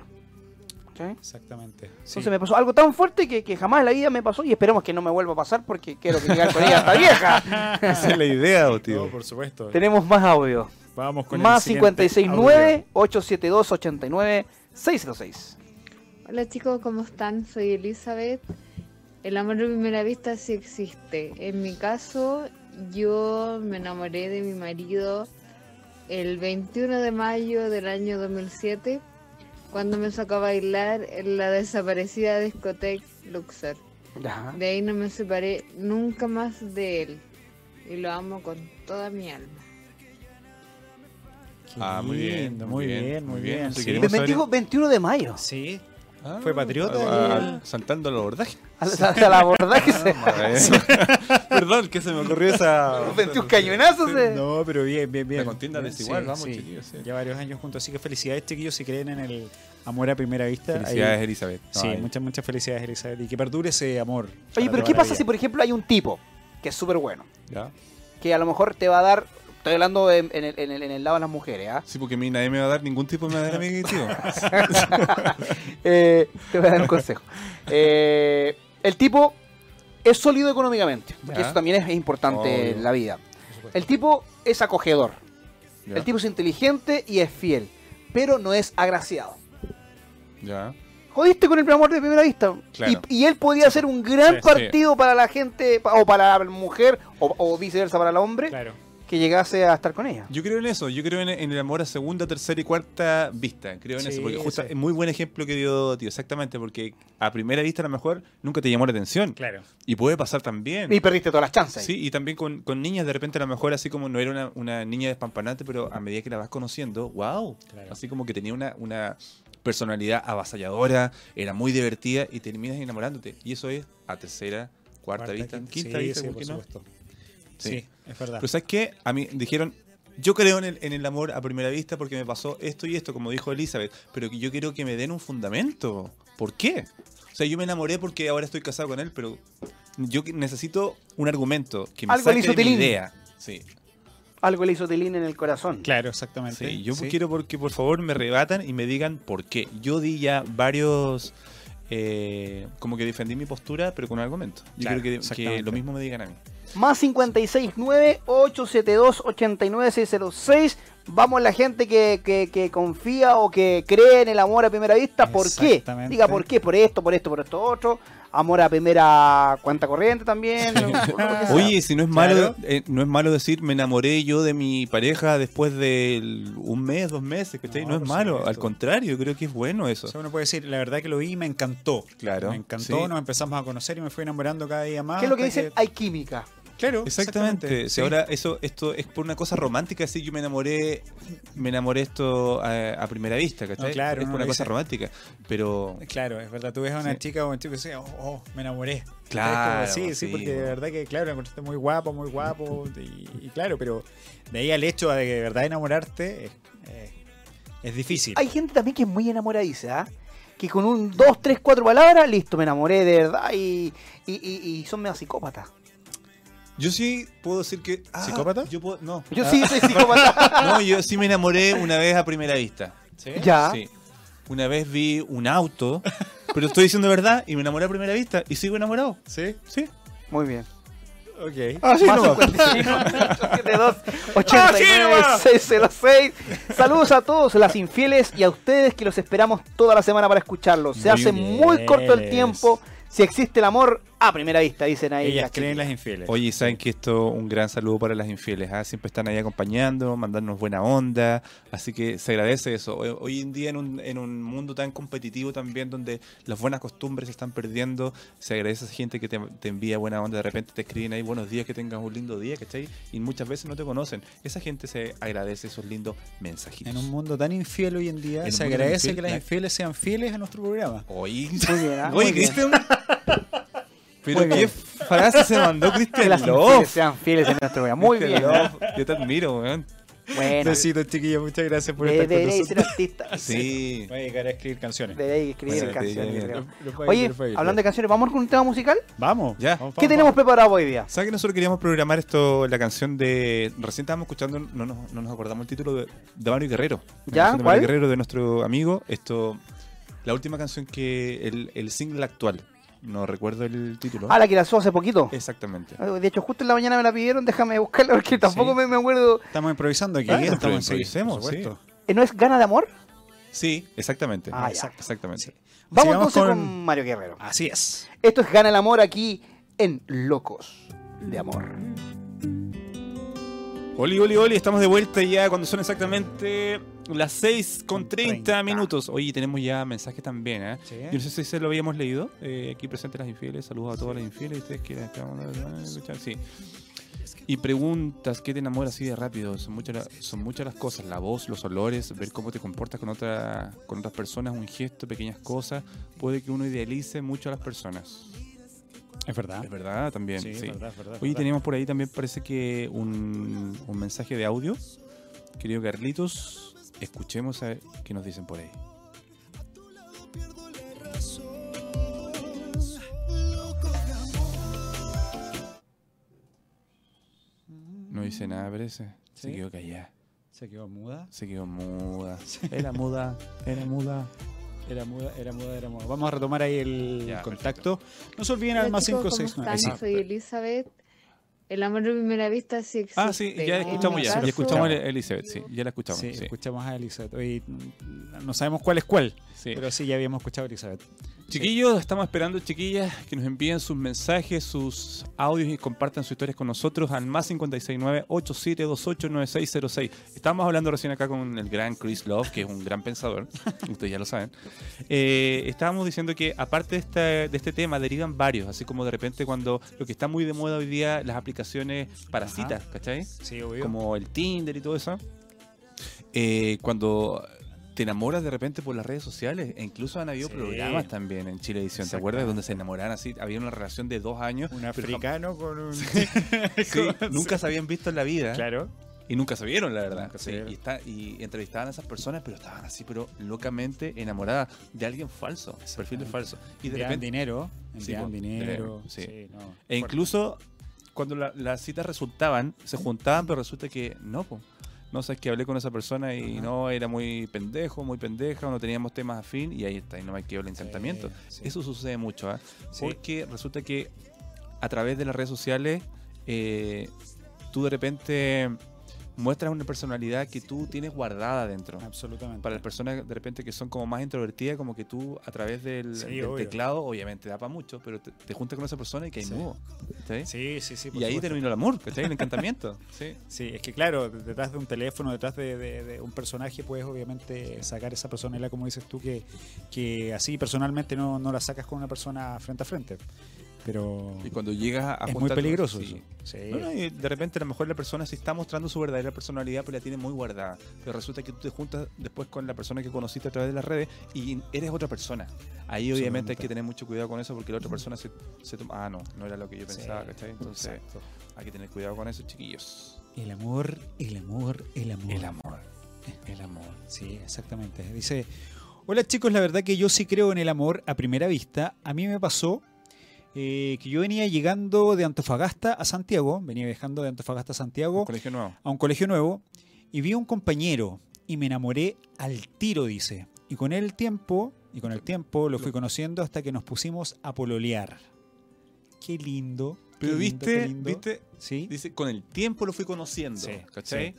D: ¿Sí?
B: Exactamente. sí.
D: Entonces, me pasó algo tan fuerte que, que jamás en la vida me pasó y esperemos que no me vuelva a pasar porque quiero que llegar con ella hasta vieja.
A: Esa es la idea,
B: No,
A: tío.
B: por supuesto.
D: Tenemos más audio.
B: Vamos con el
D: Más
B: siguiente
D: 569-872-89-606.
F: Hola chicos, ¿cómo están? Soy Elizabeth. El amor a primera vista sí existe. En mi caso, yo me enamoré de mi marido el 21 de mayo del año 2007, cuando me sacó a bailar en la desaparecida discoteca Luxor.
D: Ya.
F: De ahí no me separé nunca más de él. Y lo amo con toda mi alma.
B: audio. Qué
A: Ah, muy bien,
B: lindo, muy bien, muy bien.
A: Si
B: sí.
A: queremos-
D: Me dijo 21 de mayo.
B: Sí.
A: Ah,
B: Fue patriota.
A: ah, saltando los bordajes.
D: Hasta la verdad que se...
A: Ah, eh. Perdón, que se me ocurrió esa.
D: 21 cañonazos. eh.
B: No, pero bien, bien, bien.
A: La contienda desigual, vamos,
B: sí.
A: chiquillos, sí.
B: Ya varios años juntos, así que felicidades, chiquillos, si creen en el amor a primera vista. ahí-
A: Felicidades, Elizabeth. No, eh,
B: sí,
A: ahí.
B: muchas, muchas felicidades, Elizabeth. Y que perdure ese amor.
D: Oye,
B: para
D: pero
B: toda
D: ¿qué
B: la
D: pasa
B: vida.
D: si, por ejemplo, hay un tipo que es súper bueno?
A: Ya.
D: Que a lo mejor te va a dar. Estoy hablando en, en el, en el- en el lado de las mujeres, ¿ah?
A: Sí, porque a mí nadie me va a dar ningún tipo de madera, mi tío.
D: Eh, te voy a dar un consejo. Eh, el tipo es sólido económicamente. Porque
A: Ya.
D: eso también es importante
A: Obvio.
D: en la vida. El tipo es acogedor.
A: Ya,
D: El tipo es inteligente y es fiel. Pero no es agraciado.
A: Ya.
D: jodiste con el amor de primera vista.
A: Claro.
D: Y, y él podía ser un gran
A: Sí, sí.
D: partido para la gente, pa- o para la mujer, o, o viceversa para el hombre,
B: Claro.
D: que llegase a estar con ella.
A: Yo creo en eso, yo creo en, en el amor a segunda, tercera y cuarta vista. Creo en
B: Sí,
A: eso, porque justo
B: sí.
A: es muy buen ejemplo que dio tío, exactamente, porque a primera vista a lo mejor nunca te llamó la atención.
B: Claro.
A: Y puede pasar también.
D: Y perdiste todas las chances.
A: Sí, y también con, con niñas, de repente a lo mejor así como no era una, una niña despampanante, pero a medida que la vas conociendo, wow,
B: Claro.
A: así como que tenía una, una personalidad avasalladora, era muy divertida y terminas enamorándote. Y eso es a tercera, cuarta, vista, quinta,
B: sí,
A: vista,
B: sí,
A: ¿por
B: por
A: qué no?
B: supuesto.
A: Sí. Pues
B: Sí, es verdad.
A: Pero ¿sabes qué? A mí dijeron, yo creo en el, en el amor a primera vista porque me pasó esto y esto, como dijo Elizabeth, pero que yo quiero que me den un fundamento. ¿Por qué? O sea, yo me enamoré porque ahora estoy casado con él, pero yo que- necesito un argumento que me
D: Algo le
A: saque
D: hizo
A: de mi
D: tilín.
A: idea. Sí,
D: Algo le hizo Tilín en el corazón.
B: Claro, exactamente.
A: sí, yo
B: Sí.
A: quiero porque por favor me rebatan y me digan por qué. Yo di ya varios... eh, como que defendí mi postura, pero con un argumento. Yo
B: Claro,
A: quiero que- que,
B: exactamente.
A: lo mismo me digan a mí.
D: Más 569-872-89606. Vamos la gente que, que- que confía o que cree en el amor a primera vista. ¿Por qué?
B: Exactamente.
D: Diga por qué, por esto, por esto, por esto otro. Amor a primera cuenta corriente también. lo- lo que sea.
A: Oye, si no es
B: Claro.
A: malo, eh, no es malo decir me enamoré yo de mi pareja después de un mes, dos meses, ¿cachai?
B: No,
A: No,
B: por
A: es malo,
B: supuesto.
A: al contrario, creo que es bueno eso.
B: O sea, uno puede decir, la verdad que lo vi y me encantó.
A: Claro,
B: Me encantó,
A: sí.
B: nos empezamos a conocer y me fui enamorando cada día más.
D: ¿Qué es
A: ah,
D: lo que
B: hasta
D: dicen? Hay química.
B: Claro,
A: Exactamente. Si
B: sí.
A: ahora eso, esto es por una cosa romántica, decir yo me enamoré, me enamoré esto a, a primera vista, ¿cachai?
B: No, claro,
A: es
B: uno
A: por una
B: lo
A: cosa
B: dice.
A: romántica. Pero
B: Claro, es verdad. Tú ves a una
A: Sí.
B: chica o un chico y dices, oh, oh, me enamoré.
A: Claro,
B: Es como, Sí,
A: sí,
B: sí, porque de
A: bueno.
B: verdad que, claro, me encontraste muy guapo, muy guapo. Y, y claro, pero de ahí al hecho de que de verdad enamorarte es, es- es difícil.
D: Hay gente también que es muy enamoradiza, ¿ah? que con un, dos, tres, cuatro palabras, listo, me enamoré de verdad y, y, y- y son medio psicópatas.
A: yo sí puedo decir que. ah,
B: ¿Psicópata?
A: Yo puedo- no.
D: Yo sí soy psicópata.
A: No, yo sí me enamoré una vez a primera vista.
B: ¿Sí?
D: ya.
A: Sí. Una vez vi un auto, pero estoy diciendo verdad, y me enamoré a primera vista, y sigo enamorado.
B: ¿Sí?
A: Sí.
D: Muy bien.
B: Ok.
A: Ah,
D: Más 55-872-89606. Saludos a todos, las infieles, y a ustedes que los esperamos toda la semana para escucharlos.
A: Muy
D: Se hace
A: bien.
D: muy corto el tiempo. Si existe el amor, a primera vista, dicen ahí.
B: Ellas
D: las
B: creen las
D: chiquillas.
B: infieles.
A: Oye, saben que esto un gran saludo para las infieles, ¿ah? siempre están ahí acompañando, mandarnos buena onda, así que se agradece eso. Hoy, hoy en día en un, en un mundo tan competitivo también donde las buenas costumbres se están perdiendo, se agradece a esa gente que te, te envía buena onda, de repente te escriben ahí buenos días, que tengas un lindo día, ¿cachai? Y muchas veces no te conocen. Esa gente se agradece esos lindos mensajitos.
B: En un mundo tan infiel hoy en día,
A: En un
B: se
A: mundo tan
B: agradece
A: infiel,
B: que las
A: la-
B: infieles sean fieles a nuestro programa.
A: Oye,
D: Muy bien, ah,
A: oye,
D: muy bien.
A: Cristian. Pero
D: Muy
A: qué
D: bien.
A: frase se mandó
D: Que
A: Cristian
D: las infieles
A: Love.
D: sean fieles en nuestro programa. Muy
A: Cristian
D: bien.
A: Love, Yo te admiro, weón.
D: Bueno,
B: Besitos, chiquillos. Muchas gracias por estar con
D: deberéis ser
B: nosotros.
D: artistas.
A: Sí.
B: Voy a llegar a escribir canciones.
D: Deberéis escribir
A: Bueno,
D: canciones.
A: bien,
D: yo creo.
A: bien.
D: Oye, hablando de canciones, ¿vamos con un tema musical?
B: Vamos.
A: Ya.
B: Vamos,
D: ¿Qué
B: vamos,
D: tenemos preparado hoy día?
A: ¿Sabes que nosotros queríamos programar esto, la canción de. Recién estábamos escuchando, no nos, no nos acordamos el título de, de Mario Guerrero. La
D: ¿Ya?
A: canción De Mario
D: ¿Cuál?
A: Guerrero, de nuestro amigo. Esto. La última canción que. El, el single actual. No recuerdo el título.
D: Ah, la Ah, que lanzó hace poquito.
A: Exactamente.
D: De hecho, justo en la mañana me la pidieron, déjame buscarla porque tampoco me, me acuerdo.
B: vamos. Estamos improvisando aquí. ¿eh?
A: Ah,
B: estamos
A: pero
B: sí,
A: improvisemos,
B: por supuesto.
D: Eh, ¿No es Gana de Amor?
A: Sí, exactamente.
D: Ah, ya.
A: exactamente.
D: Vamos
B: Sigamos
D: entonces con...
B: con-
D: Mario Guerrero.
B: Así es.
D: Esto es Gana el Amor aquí en Locos de Amor.
A: Oli, oli, oli, estamos de vuelta ya cuando son exactamente las 6 con
B: Con 30.
A: 30 minutos. Oye, tenemos ya mensajes también, ¿eh?
B: Sí.
A: Yo no sé si se lo habíamos leído. eh, aquí presente las infieles, saludos a todas las infieles. Ustedes que las acaban de- van a escuchar, sí. Y preguntas, ¿qué te enamora así de rápido? Son muchas, la- son muchas las cosas, la voz, los olores, ver cómo te comportas con, otra, con otras personas, un gesto, pequeñas cosas. Puede que uno idealice mucho a las personas.
B: Es verdad.
A: Es verdad, también.
B: Sí, es
A: sí.
B: verdad, es verdad, es
A: Oye,
B: verdad.
A: teníamos por ahí también, parece que un, un mensaje de audio. Querido Carlitos, escuchemos a ver qué nos dicen por ahí. No dice nada, parece. Se
B: ¿Sí?
A: quedó callada.
B: Se quedó muda.
A: Se quedó muda. Era muda, era muda.
B: Era muda, era muda, era muda. Vamos a retomar ahí el
A: Ya,
B: contacto. No se olviden al
F: Hola,
B: más
F: chicos, ¿cómo
B: 569.
F: están?
A: Exacto.
F: Soy Elizabeth. El amor de primera vista sí existe.
A: Ah, sí, ya la
F: En
A: escuchamos
F: mi
A: ya. Ya
F: caso,
A: escuchamos a Elizabeth, sí, ya la escuchamos.
B: Sí,
A: Sí, sí.
B: escuchamos a Elizabeth. Oye, mm, no sabemos cuál es cuál, pero sí, ya habíamos escuchado a Elizabeth.
A: Chiquillos, estamos esperando, chiquillas, que nos envíen sus mensajes, sus audios y compartan sus historias con nosotros al más 569-8728-9606. Estábamos hablando recién acá con el gran Chris Love, que es un gran pensador, ustedes ya lo saben. Eh, estábamos diciendo que aparte de este, de este tema derivan varios, así como de repente cuando lo que está muy de moda hoy día, las aplicaciones para
B: Ajá.
A: citas, ¿cachai?
B: Sí, obvio.
A: como el Tinder y todo eso, eh, cuando te enamoras de repente por las redes sociales, e incluso han habido
B: Sí.
A: programas también en Chilevisión, ¿te
B: Exacto.
A: acuerdas? Donde se enamoraban así, había una relación de dos años,
B: un
A: pero
B: africano con un.
A: jam- sí, nunca se habían visto en la vida
B: Claro.
A: y nunca se vieron, la verdad.
B: Nunca se
A: Sí,
B: vieron.
A: y, está- y entrevistaban a esas personas, pero estaban así, pero locamente enamoradas de alguien falso, perfiles falsos. Y de repente
B: dinero.
A: Sí,
B: Enviaban
A: po, dinero,
B: dinero.
A: sí.
B: no,
A: E
B: fuerte.
A: incluso cuando la- las citas resultaban, se juntaban, pero resulta que no, po. No, sabes que hablé con esa persona y
B: Ajá.
A: no, era muy pendejo, muy pendeja, o no teníamos temas afín y ahí está, y no me quedó el encantamiento.
B: sí.
A: Eso sucede mucho, ¿ah?
B: Sí.
A: Porque resulta que a través de las redes sociales, eh, tú de repente muestras una personalidad que tú tienes guardada dentro.
B: Absolutamente.
A: Para las personas de repente que son como más introvertidas, como que tú a través del,
B: Sí,
A: del
B: obvio.
A: teclado, obviamente da para mucho, pero te, te juntas con esa persona y que hay
B: Sí.
A: mudo. ¿cachai?
B: Sí, sí, sí. por
A: y ahí
B: supuesto.
A: terminó el amor, ¿cachai? El encantamiento. sí.
B: Sí, es que claro, detrás de un teléfono, detrás de, de- de un personaje, puedes obviamente sacar esa personalidad, como dices tú, que, que así personalmente no, no la sacas con una persona frente a frente. Pero
A: Y cuando llegas a.
B: es muy
A: juntar-
B: peligroso
A: sí.
B: eso. Sí.
A: No, no, y de repente a lo mejor la persona sí está mostrando su verdadera personalidad, pero la tiene muy guardada. Pero resulta que tú te juntas después con la persona que conociste a través de las redes y eres otra persona. Ahí obviamente hay
B: Absolutamente.
A: que tener mucho cuidado con eso porque la otra persona se, se toma... Ah, no, no era lo que yo
B: Sí,
A: pensaba, ¿cachai? Entonces
B: exacto.
A: hay que tener cuidado con eso, chiquillos.
B: El amor, el amor, el amor.
A: El amor. El amor.
B: Sí, exactamente. Dice, hola chicos, la verdad que yo sí creo en el amor a primera vista. A mí me pasó eh, que yo venía llegando de Antofagasta a Santiago, venía viajando de Antofagasta a Santiago
A: Colegio nuevo.
B: a un colegio nuevo y vi a un compañero y me enamoré al tiro, dice. Y con el tiempo, y con el tiempo lo fui conociendo hasta que nos pusimos a pololear. Qué lindo. qué
A: Pero
B: lindo, qué
A: viste,
B: lindo.
A: viste,
B: Sí,
A: dice, con el tiempo lo fui conociendo.
B: Sí,
A: ¿Cachai?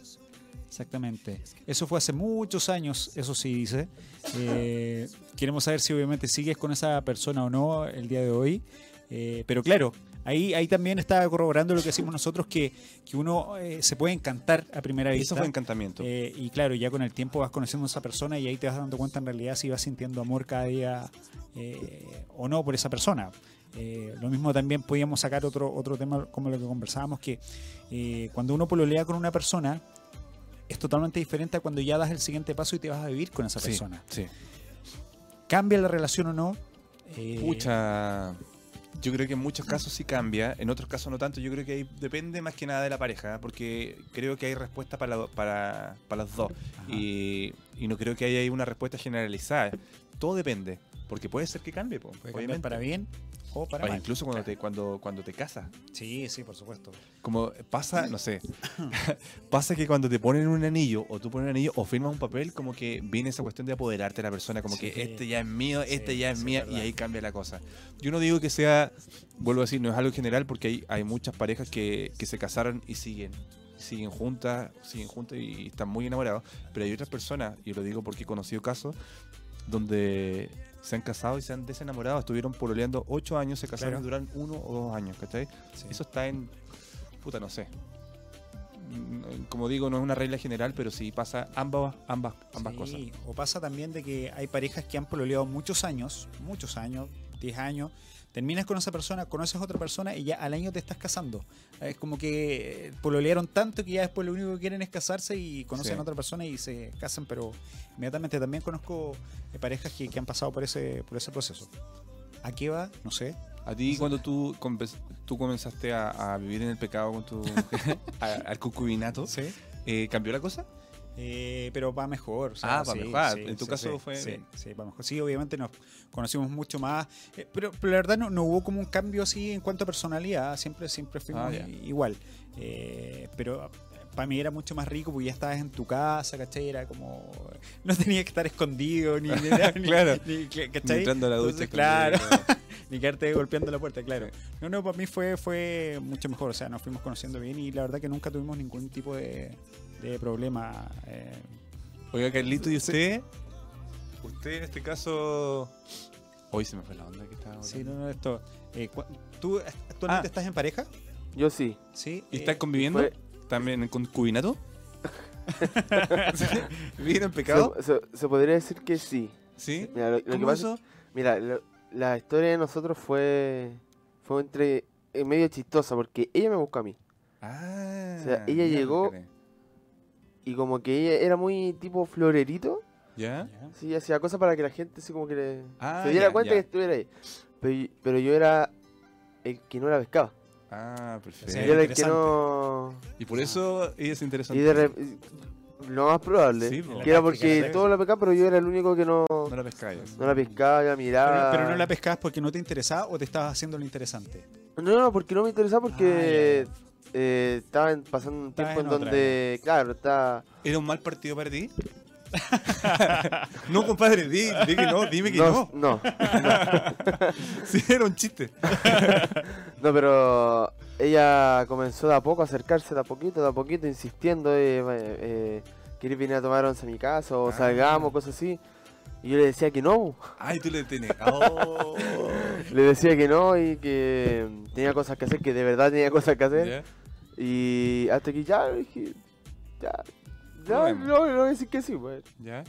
B: exactamente. Eso fue hace muchos años, eso sí dice. Eh, queremos saber si obviamente sigues con esa persona o no el día de hoy. Eh, pero claro, ahí, ahí también está corroborando lo que decimos nosotros, que, que uno eh, se puede encantar a primera
A: Y
B: vista.
A: Eso fue encantamiento.
B: Eh, y claro, ya con el tiempo vas conociendo a esa persona y ahí te vas dando cuenta en realidad si vas sintiendo amor cada día eh, o no por esa persona. Eh, lo mismo también podíamos sacar otro, otro tema como lo que conversábamos, que eh, cuando uno pololea con una persona es totalmente diferente a cuando ya das el siguiente paso y te vas a vivir con esa
A: Sí,
B: persona.
A: Sí.
B: ¿Cambia la relación o no? Eh,
A: Pucha. Yo creo que en muchos casos sí cambia, en otros casos no tanto. Yo creo que ahí depende más que nada de la pareja, ¿eh? porque creo que hay respuesta para, la- para, para las dos.
B: Ajá.
A: Y, y no creo que haya ahí una respuesta generalizada. Todo depende, porque puede ser que cambie, po,
B: puede cambiar
A: obviamente.
B: para bien o para
A: O
B: mal.
A: incluso cuando te, cuando, cuando te casas.
B: Sí, sí, por supuesto.
A: Como pasa, no sé, pasa que cuando te ponen un anillo o tú pones un anillo o firmas un papel, como que viene esa cuestión de apoderarte de la persona, como
B: Sí.
A: que este ya es mío,
B: Sí,
A: este ya es
B: sí,
A: mía
B: es
A: y
B: verdad.
A: ahí cambia la cosa. Yo no digo que sea, vuelvo a decir, no es algo general porque hay, hay muchas parejas que, que se casaron y siguen, siguen juntas, siguen juntas y están muy enamorados, pero hay otras personas, y lo digo porque he conocido casos, donde se han casado y se han desenamorado, estuvieron pololeando ocho años, se casaron
B: Claro.
A: y duran uno o dos años, ¿cachai?
B: Sí.
A: Eso está en. Puta, no sé. Mm, Como digo, no es una regla general, pero sí pasa ambas, ambas, ambas
B: Sí,
A: cosas.
B: O pasa también de que hay parejas que han pololeado muchos años, muchos años, 10 años. Terminas con esa persona, conoces a otra persona y ya al año te estás casando. Es como que eh, pololearon tanto que ya después lo único que quieren es casarse y conocen
A: Sí.
B: a otra persona y se casan, pero inmediatamente también conozco eh, parejas que, que han pasado por ese, por ese proceso. ¿A qué va? No sé.
A: A ti,
B: eh.
A: cuando tú, compe- tú comenzaste a, a vivir en el pecado con tu. a- al concubinato,
B: Sí.
A: eh, ¿cambió la cosa?
B: Eh, pero va mejor. o
A: Ah, va mejor. Ah, en tu caso
B: sí,
A: fue
B: Sí,
A: bien.
B: sí, va mejor. Sí, obviamente nos conocimos mucho más. eh, pero, pero la verdad no, no hubo como un cambio así en cuanto a personalidad. Siempre, siempre fuimos
A: Ah, ya.
B: i- igual. Eh, pero para mí era mucho más rico porque ya estabas en tu casa, ¿cachai? Era como. No tenía que estar escondido ni. ni- ni-
A: Claro.
B: ni- ¿cachai?
A: Entrando a la ducha.
B: Entonces, claro. ni quedarte golpeando la puerta, claro. No, no, para mí fue, fue mucho mejor. O sea, nos fuimos conociendo bien y la verdad que nunca tuvimos ningún tipo de, de problema. eh.
A: Oiga, Carlito, ¿y usted? Usted en este caso. Hoy se me fue la onda que estaba. hablando.
B: sí, no, no, esto. eh, cu- ¿Tú
A: Ah.
B: actualmente estás en pareja?
C: Yo sí.
B: Sí.
A: ¿Y
B: eh,
A: estás conviviendo?
C: fue-
A: ¿También en concubinato? ¿Vivir en pecado?
C: Se, se- se podría decir que sí.
A: ¿Sí?
C: Mira, lo, lo que
A: ¿Cómo
C: pasa,
A: eso?
C: mira, lo- la historia de nosotros fue fue entre eh, medio chistosa porque ella me buscó a mí
A: Ah.
C: O sea, ella llegó-
A: miércoles.
C: y como que ella era muy tipo florerito,
A: ¿Ya?
B: ya.
C: sí, hacía cosas para que la gente así como que le-
A: Ah,
C: se diera
A: ya,
C: cuenta
A: ya.
C: que estuviera ahí. Pero, pero yo era el que no la pescaba.
A: Ah,
B: Sí,
C: Yo
A: perfecto.
C: era el que
B: interesante.
C: no
A: Y por eso ella es
C: y
A: interesante.
C: de re- lo más probable
A: Sí, po.
C: que
B: práctica,
C: era porque
B: ¿no?
C: todos la pescaban, pero yo era el único que no,
A: No la pescáis.
C: no la pescaba, la
B: Pero,
C: miraba.
B: pero no la pescabas porque no te interesaba o te estabas haciendo lo interesante.
C: No, no, porque no me interesaba porque
B: Ah,
C: eh, estaba en- pasando un
B: Estaba
C: tiempo en,
B: en otra,
C: donde, claro, está...
A: ¿Era un mal partido para ti? no, compadre, di, di que no, dime que no.
C: No, no,
A: Sí, era un chiste.
C: no, pero ella comenzó de a poco a acercarse, de a poquito, de a poquito, insistiendo, eh, eh, eh, ¿querés venir a tomar once a mi casa? O
A: Ah.
C: salgamos, cosas así. Y yo le decía que no,
A: Ay, tú le tienes. Oh.
C: le decía que no y que mm, tenía cosas que hacer, que de verdad tenía cosas que hacer.
A: ¿Ya?
C: Y hasta que ya dije, ya, ya,
A: Probemos.
C: no, no voy a decir que sí, pues.
A: ¿Ya?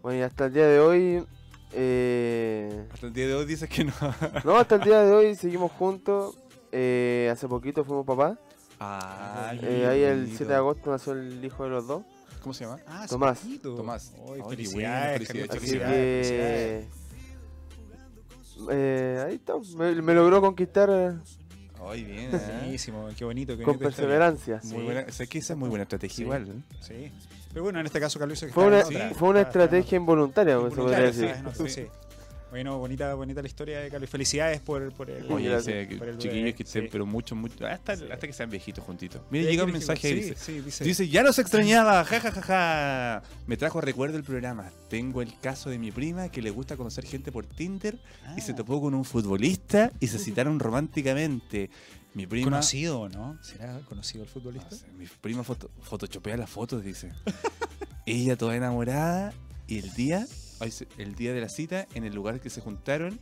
C: Bueno, y hasta el día de hoy, eh,
A: Hasta el día de hoy dices que no.
C: No, hasta el día de hoy seguimos juntos. Eh, hace poquito fuimos papás.
A: Ay,
C: Eh, ahí el
A: bonito.
C: 7 de agosto nació el hijo de los dos.
A: ¿Cómo se llama?
B: Ah,
C: Tomás.
B: sí, poquito.
A: Tomás.
B: Ay,
A: Ay,
B: felicidades,
A: qué
B: Carlitos,
A: bueno,
C: Así
A: felicidades,
B: felicidades, felicidades.
C: que. Eh, ahí está. Me, me logró conquistar eh,
A: este Ay, bien. ¿eh?
B: Buenísimo, qué bonito. Qué
C: con
B: bonita historia.
C: perseverancia.
A: Muy buena. Sé que esa es muy buena estrategia
B: Sí.
A: igual. ¿eh?
B: Sí. Pero bueno, en este caso, Carlos hizo que
C: Fue
B: estaba
C: una,
B: en otra.
C: fue una
B: Estaba- estaba en
C: estrategia
A: Este,
C: involuntaria, se podría
B: Involuntaria,
C: decir.
B: estaba en otra,
A: Sí.
B: sí. Bueno, bonita, bonita la historia de Carlos. Felicidades por, por el.
C: Oye,
A: Oye,
C: gracias.
A: ese que-
B: Por el
A: chiquillos
B: bebé,
A: que estén,
B: sí.
A: pero mucho, mucho. Hasta, hasta que sean viejitos juntitos. Mira,
B: Sí,
A: llega un
B: sí,
A: mensaje
B: sí,
A: y dice.
B: sí, dice.
A: Dice, ya los extrañaba, jajajaja. Ja, ja. Me trajo a recuerdo el programa. Tengo el caso de mi prima que le gusta conocer gente por Tinder
B: Ah,
A: y se topó con un futbolista y se citaron románticamente. Mi prima.
B: Conocido, ¿no? ¿Será conocido el futbolista?
A: No sé, mi prima foto, photoshopea las fotos, dice. Ella toda enamorada y el día, ay, se- el día de la cita, en el lugar que se juntaron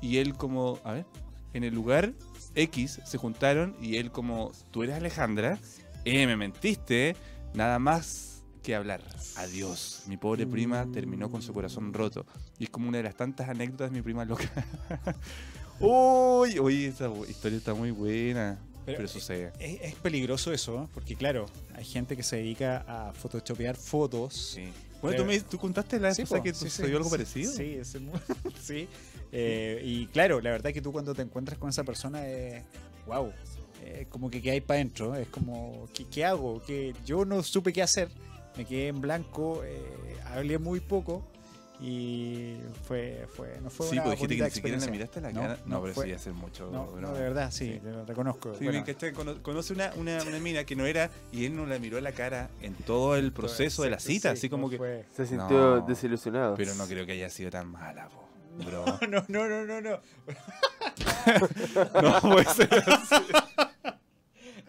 A: y él como, a ver, en el lugar X se juntaron y él como, tú eres Alejandra, eh, me mentiste, nada más que hablar. Adiós. Mi pobre prima terminó con su corazón roto. Y es como una de las tantas anécdotas de mi prima loca. Uy, oye, esta bu- historia está muy buena.
B: Pero-
A: Pero, sucede.
B: Es, es peligroso eso, ¿eh? porque claro, hay gente que se dedica a photoshopear fotos.
A: Sí. Bueno, tú, me, tú contaste la vez
B: Sí,
A: pasada
B: po,
A: que
B: sí, sí,
A: sucedió algo
B: sí,
A: parecido.
B: Sí, ese mu- sí. Eh, y claro, la verdad que tú cuando te encuentras con esa persona, eh, wow, eh, como que hay para adentro. Es como, ¿qué, qué hago? Que yo no supe qué hacer. Me quedé en blanco, eh, hablé muy poco y fue, fue, no fue
A: Sí,
B: una
A: pues dijiste que ni
B: bonita
A: siquiera la
B: experiencia.
A: miraste a la
B: No,
A: cara. No,
B: no,
A: pero
B: fue-
A: sí, hace mucho.
B: No,
A: bro.
B: no, de verdad, sí,
A: Sí.
B: te lo reconozco.
A: Sí,
B: Bueno,
A: bien, ¿cachai? Cono- conoce una, una, una mina que no era y él no la miró a la cara en todo el proceso de la
B: exacto,
A: cita,
B: sí,
A: así como
B: no
A: que.
B: fue-
C: Se sintió
A: No.
C: desilusionado.
A: Pero no creo que haya sido tan mala, po, bro.
B: No, no, no, no, no.
A: no, pues.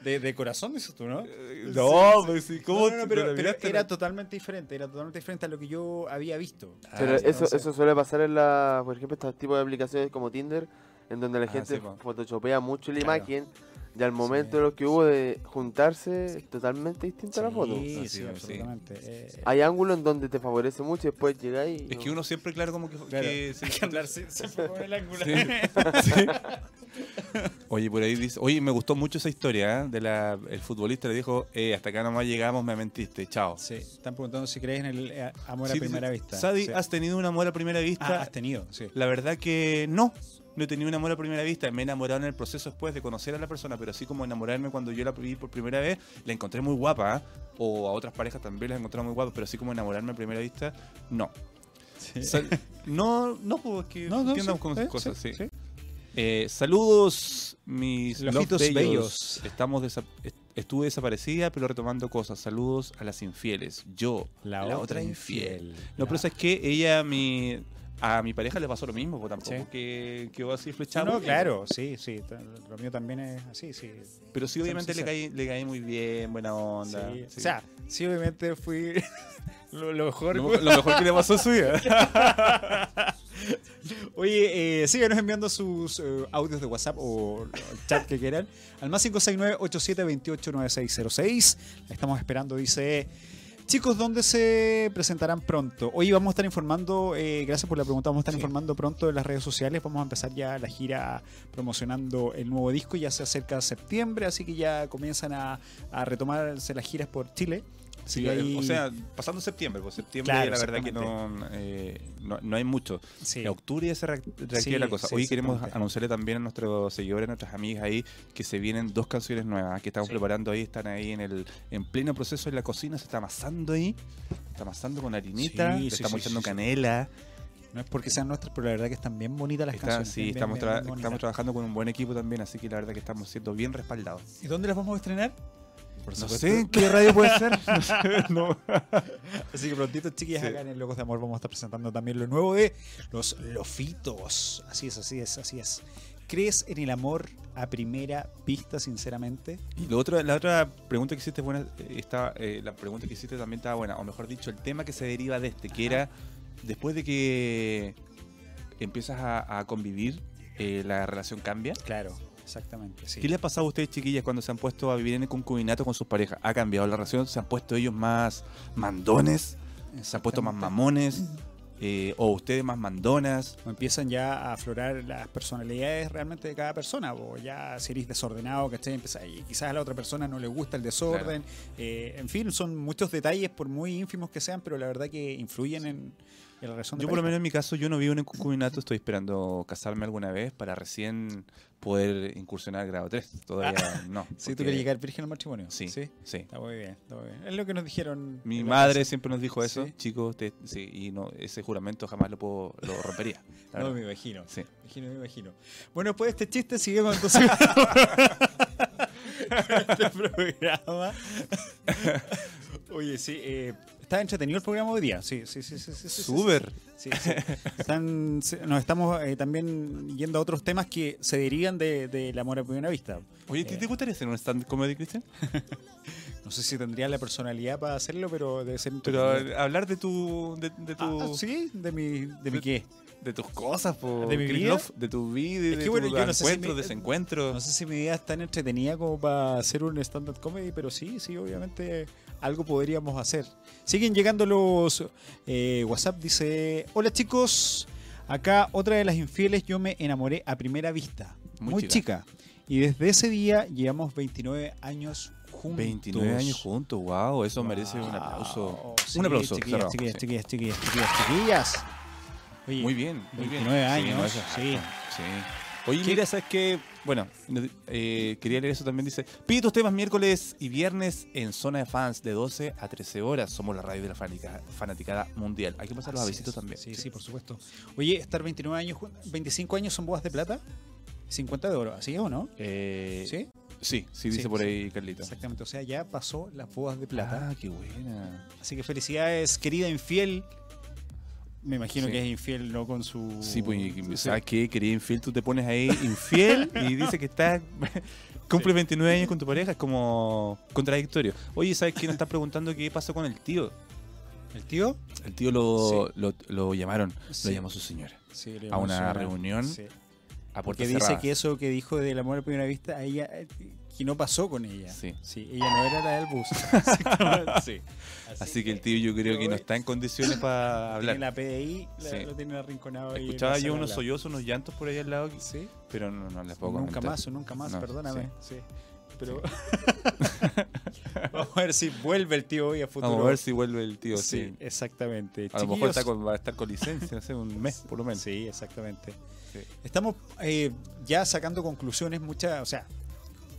B: De, de corazón dices tú, ¿no?
A: No, pues sí, ¿cómo
B: No, no, no,
A: te- te la
B: pero, pero
A: miraste?
B: era totalmente diferente, era totalmente diferente a lo que yo había visto.
C: Pero
B: Ah,
C: eso,
B: entonces-
C: eso suele pasar en la, por ejemplo, estos tipos de aplicaciones como Tinder, en donde la
A: Ah,
C: gente
A: sí, po.
C: photoshopea mucho la
B: Claro.
C: imagen y al momento lo que hubo de juntarse es totalmente distinta la foto.
B: Sí,
A: Así
B: sí,
A: es,
B: absolutamente. Eh,
C: Hay ángulos en donde te favorece mucho y después llegáis. y
A: Es que
C: no.
A: uno siempre, claro, como que.
B: claro,
A: que se-
B: hay que andar sin- siempre con el ángulo.
A: Sí. Sí. Oye, por ahí dice, oye, me gustó mucho esa historia, ¿eh? de la, el futbolista le dijo, eh, hasta acá nomás llegamos, me mentiste, chao.
B: Sí, están preguntando si crees en el eh, amor
A: Sí,
B: a primera
A: sí.
B: vista.
A: Sadi,
B: Sí.
A: ¿has tenido un amor a primera
B: Ah,
A: vista?
B: has tenido, sí.
A: la verdad que no, no he tenido un amor a primera vista, me he enamorado en el proceso después de conocer a la persona, pero así como enamorarme cuando yo la vi por primera vez, la encontré muy guapa, ¿eh? o a otras parejas también las encontré muy guapas, pero así como enamorarme a primera vista, no. Sal- no, no, pues, porque
B: No, no,
A: entiendan
B: sí,
A: con
B: eh,
A: cosas,
B: sí,
A: sí. Eh, saludos, mis
B: Los
A: love
B: hitos
A: bellos.
B: bellos.
A: Estamos desa- est- estuve desaparecida, pero retomando cosas. Saludos a las infieles. Yo, la, otra, infiel. No, pero es que ella, mi, a mi pareja le pasó lo mismo, pues tampoco
B: Sí.
A: que quedó así
B: No,
A: flechado.
B: no, claro, sí, sí. t- Lo mío también es así, sí.
A: Pero sí, obviamente le
B: Son
A: caí, le caí muy bien, buena onda.
B: Sí.
A: sí.
B: O sea, sí, obviamente fui lo, lo mejor.
A: lo, lo mejor que le pasó en su vida.
B: Oye, eh, síganos enviando sus eh, audios de WhatsApp o el chat que quieran al más 569-8728-9606. La estamos esperando, dice. Chicos, ¿dónde se presentarán pronto? Hoy vamos a estar informando, eh, gracias por la pregunta, vamos a estar informando pronto en las redes sociales. Vamos a empezar ya la gira promocionando el nuevo disco, ya se acerca septiembre, así que ya comienzan a, a retomarse las giras por Chile. Así que ahí-
A: O sea, pasando septiembre, pues septiembre
B: Claro,
A: la verdad que no, eh, no, no hay mucho.
B: sí.
A: En octubre ya se react- reactiva
B: Sí,
A: la cosa.
B: sí,
A: Hoy queremos
B: exactamente.
A: anunciarle también a nuestros seguidores, a nuestras amigas ahí, que se vienen dos canciones nuevas ¿eh? que estamos
B: Sí.
A: preparando ahí, están ahí en el en pleno proceso en la cocina, se está amasando ahí, está amasando con harinita,
B: Sí,
A: se
B: sí,
A: estamos
B: sí,
A: echando
B: sí, sí.
A: canela,
B: No es porque sean nuestras, pero la verdad que están bien bonitas las
A: está-
B: canciones.
A: sí,
B: bien, bien,
A: estamos,
B: bien,
A: tra-
B: bien bonitas.
A: estamos trabajando con un buen equipo también, así que la verdad que estamos siendo bien respaldados.
B: ¿Y dónde las vamos a estrenar? Por
A: No sé en qué radio puede ser. No sé, no.
B: Así que prontito, chiquillas,
A: Sí.
B: acá en el Locos de Amor vamos a estar presentando también lo nuevo de Los Lofitos. Así es, así es, así es. ¿Crees en el amor a primera vista, sinceramente?
A: Y lo otro, la otra pregunta que hiciste es buena, eh, está, eh, la pregunta que hiciste también estaba buena, o mejor dicho, el tema que se deriva de este, que era después de que empiezas a, a convivir, eh, la relación cambia.
B: Claro, exactamente, sí.
A: ¿Qué les ha pasado a ustedes, chiquillas, cuando se han puesto a vivir en el concubinato con sus parejas? ¿Ha cambiado la relación? ¿Se han puesto ellos más mandones? ¿Se han puesto más mamones? Eh, ¿O ustedes más mandonas?
B: Cuando empiezan ya a aflorar las personalidades realmente de cada persona, o ya si eres desordenado, ¿cachai? Empieza- y quizás a la otra persona no le gusta el desorden, Eh, en fin, son muchos detalles por muy ínfimos que sean, pero la verdad que influyen en, en la relación de
A: Yo por lo menos
B: pareja.
A: en mi caso, yo no vivo en un concubinato, estoy esperando casarme alguna vez para recién poder incursionar al grado 3. Todavía no.
B: Ah. Sí, tú
A: porque-
B: quieres llegar virgen al matrimonio.
A: Sí, sí.
B: Está muy bien, está muy bien. Es lo que nos dijeron.
A: Mi
B: en la
A: madre
B: casa.
A: siempre nos dijo eso,
B: Sí.
A: chicos, te- sí, y no, ese juramento jamás lo puedo, lo rompería. la
B: No,
A: verdad.
B: me imagino.
A: Sí.
B: Me imagino, me imagino. Bueno, después de este chiste, sigamos entonces. este programa. Oye, sí, eh, está entretenido el programa hoy día. Sí, sí, sí. sí, sí, sí, sí.
A: Súper.
B: Sí, sí. Están- se- nos estamos eh, también yendo a otros temas que se derivan del de, del amor a primera vista.
A: Oye, ¿te,
B: Eh,
A: te gustaría hacer un stand comedy, Cristian?
B: no sé si tendría la personalidad para hacerlo, pero debe ser.
A: Pero eh, hablar de tu, de, de
B: Ah,
A: tu,
B: sí, de mi, de mi qué.
A: de tus cosas, po,
B: ¿De mi
A: Chris
B: vida?
A: Love, de tu vida,
B: Es
A: de
B: que
A: tu
B: bueno, yo no sé si
A: encuentro,
B: me-
A: desencuentro.
B: No sé si mi idea es tan entretenida como para hacer un stand-up comedy, pero sí, sí, obviamente algo podríamos hacer. Siguen llegando los eh, WhatsApp, dice, hola chicos, acá otra de las infieles, yo me enamoré a primera vista, muy,
A: Muy
B: chica. Y desde ese día llevamos 29 años juntos.
A: 29 años juntos, wow, eso merece un
B: Wow.
A: aplauso.
B: Sí,
A: un aplauso, cerramos,
B: Chiquillas, chiquillas,
A: sí.
B: chiquillas, chiquillas, chiquillas, chiquillas. Oye,
A: Muy bien, muy bien.
B: 29 años,
A: eso es
B: sí.
A: harto, sí. Oye, mira, ¿sabes qué? Bueno, eh, quería leer eso también. Dice: Pide tus temas miércoles y viernes en zona de fans de 12 a 13 horas. Somos la radio de la fanática- fanaticada mundial. Hay que pasar los
B: Así
A: avisitos
B: es.
A: también.
B: Sí, sí, por supuesto. Oye, estar 29 años, jun- 25 años son bodas de plata, 50 de oro, ¿así es o no?
A: Eh, sí.
B: Sí,
A: Sí, dice
B: Sí,
A: por
B: sí.
A: ahí Carlita.
B: exactamente. O sea, ya pasó las bodas de plata.
A: Ah, qué buena.
B: Así que felicidades, querida infiel. Me imagino
A: Sí.
B: que es infiel, no con su.
A: Sí, pues, y-
B: Mm, Sí.
A: ¿sabes qué? Quería infiel, tú te pones ahí infiel y dice que estás. Cumple 29 años con tu pareja, es como contradictorio. Oye, ¿sabes qué? Nos estás preguntando qué pasó con el tío.
B: ¿El tío?
A: El tío lo, lo, lo llamaron,
B: Sí.
A: lo llamó su señora.
B: Sí, le
A: A una
B: emociona.
A: reunión
B: Sí.
A: A puerta
B: Porque dice
A: cerrada.
B: que eso que dijo del amor a primera vista, a ella, eh, que no pasó con ella.
A: Sí.
B: ella no era la del bus. Así que- sí.
A: Así que el tío yo creo que no está en condiciones para
B: Tiene
A: hablar.
B: la PDI, la-
A: Sí.
B: lo tiene arrinconado ahí. en la
A: Escuchaba yo
B: sala
A: unos
B: al lado.
A: sollozos, unos llantos por ahí al lado,
B: Sí.
A: pero no, no les puedo
B: nunca
A: comentar.
B: más, o nunca más,
A: No,
B: perdóname. Sí. Pero. Vamos a ver si vuelve el tío hoy a futuro.
A: Vamos a ver si vuelve el tío.
B: Sí, Este
A: Sí.
B: exactamente.
A: A lo mejor está
B: Chiquillos,
A: con- va a estar con licencia hace un mes por lo menos.
B: Sí, exactamente.
A: Sí.
B: Estamos eh, ya sacando conclusiones, mucha, o sea,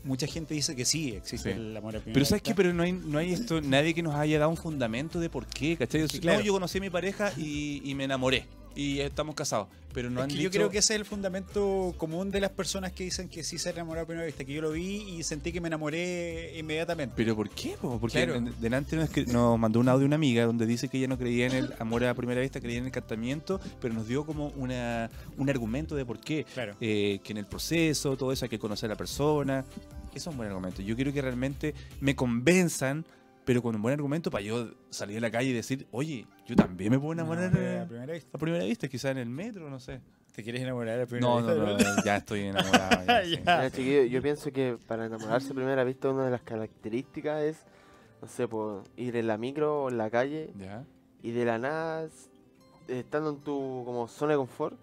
B: mucha gente dice que sí existe
A: Sí.
B: el amor a primera
A: Pero sabes que
B: vista.
A: pero no hay, no hay esto, nadie que nos haya dado un fundamento de por qué, ¿cachai? "Oh, O sea,
B: claro.
A: No, yo conocí a mi pareja y, y me enamoré. y estamos casados. Pero no
B: Es
A: han
B: que
A: dicho.
B: yo creo que ese es el fundamento común de las personas que dicen que sí se enamoraron a primera vista, que yo lo vi y sentí que me enamoré inmediatamente.
A: ¿Pero por qué? po? Porque
B: Claro.
A: en- delante nos, escri- nos mandó un audio una amiga donde dice que ella no creía en el amor a primera vista, creía en el encantamiento, pero nos dio como una, un argumento de por qué.
B: Claro.
A: Eh, que en el proceso, todo eso hay que conocer a la persona. Eso es un buen argumento. Yo quiero que realmente me convenzan, pero con un buen argumento para yo salir a la calle y decir, oye, yo también me puedo enamorar
B: Me enamoré
A: eh,
B: a primera vista.
A: a primera vista, quizás en el metro, no sé.
B: ¿Te quieres enamorar a primera
A: No, no,
B: vista?
A: no, no, ya estoy enamorado. ya, sí.
B: Ya.
C: Ya, chiquillo, yo pienso que para enamorarse a primera vista una de las características es, no sé, po, ir en la micro o en la calle
A: Ya.
C: y de la nada, s- estando en tu como zona de confort,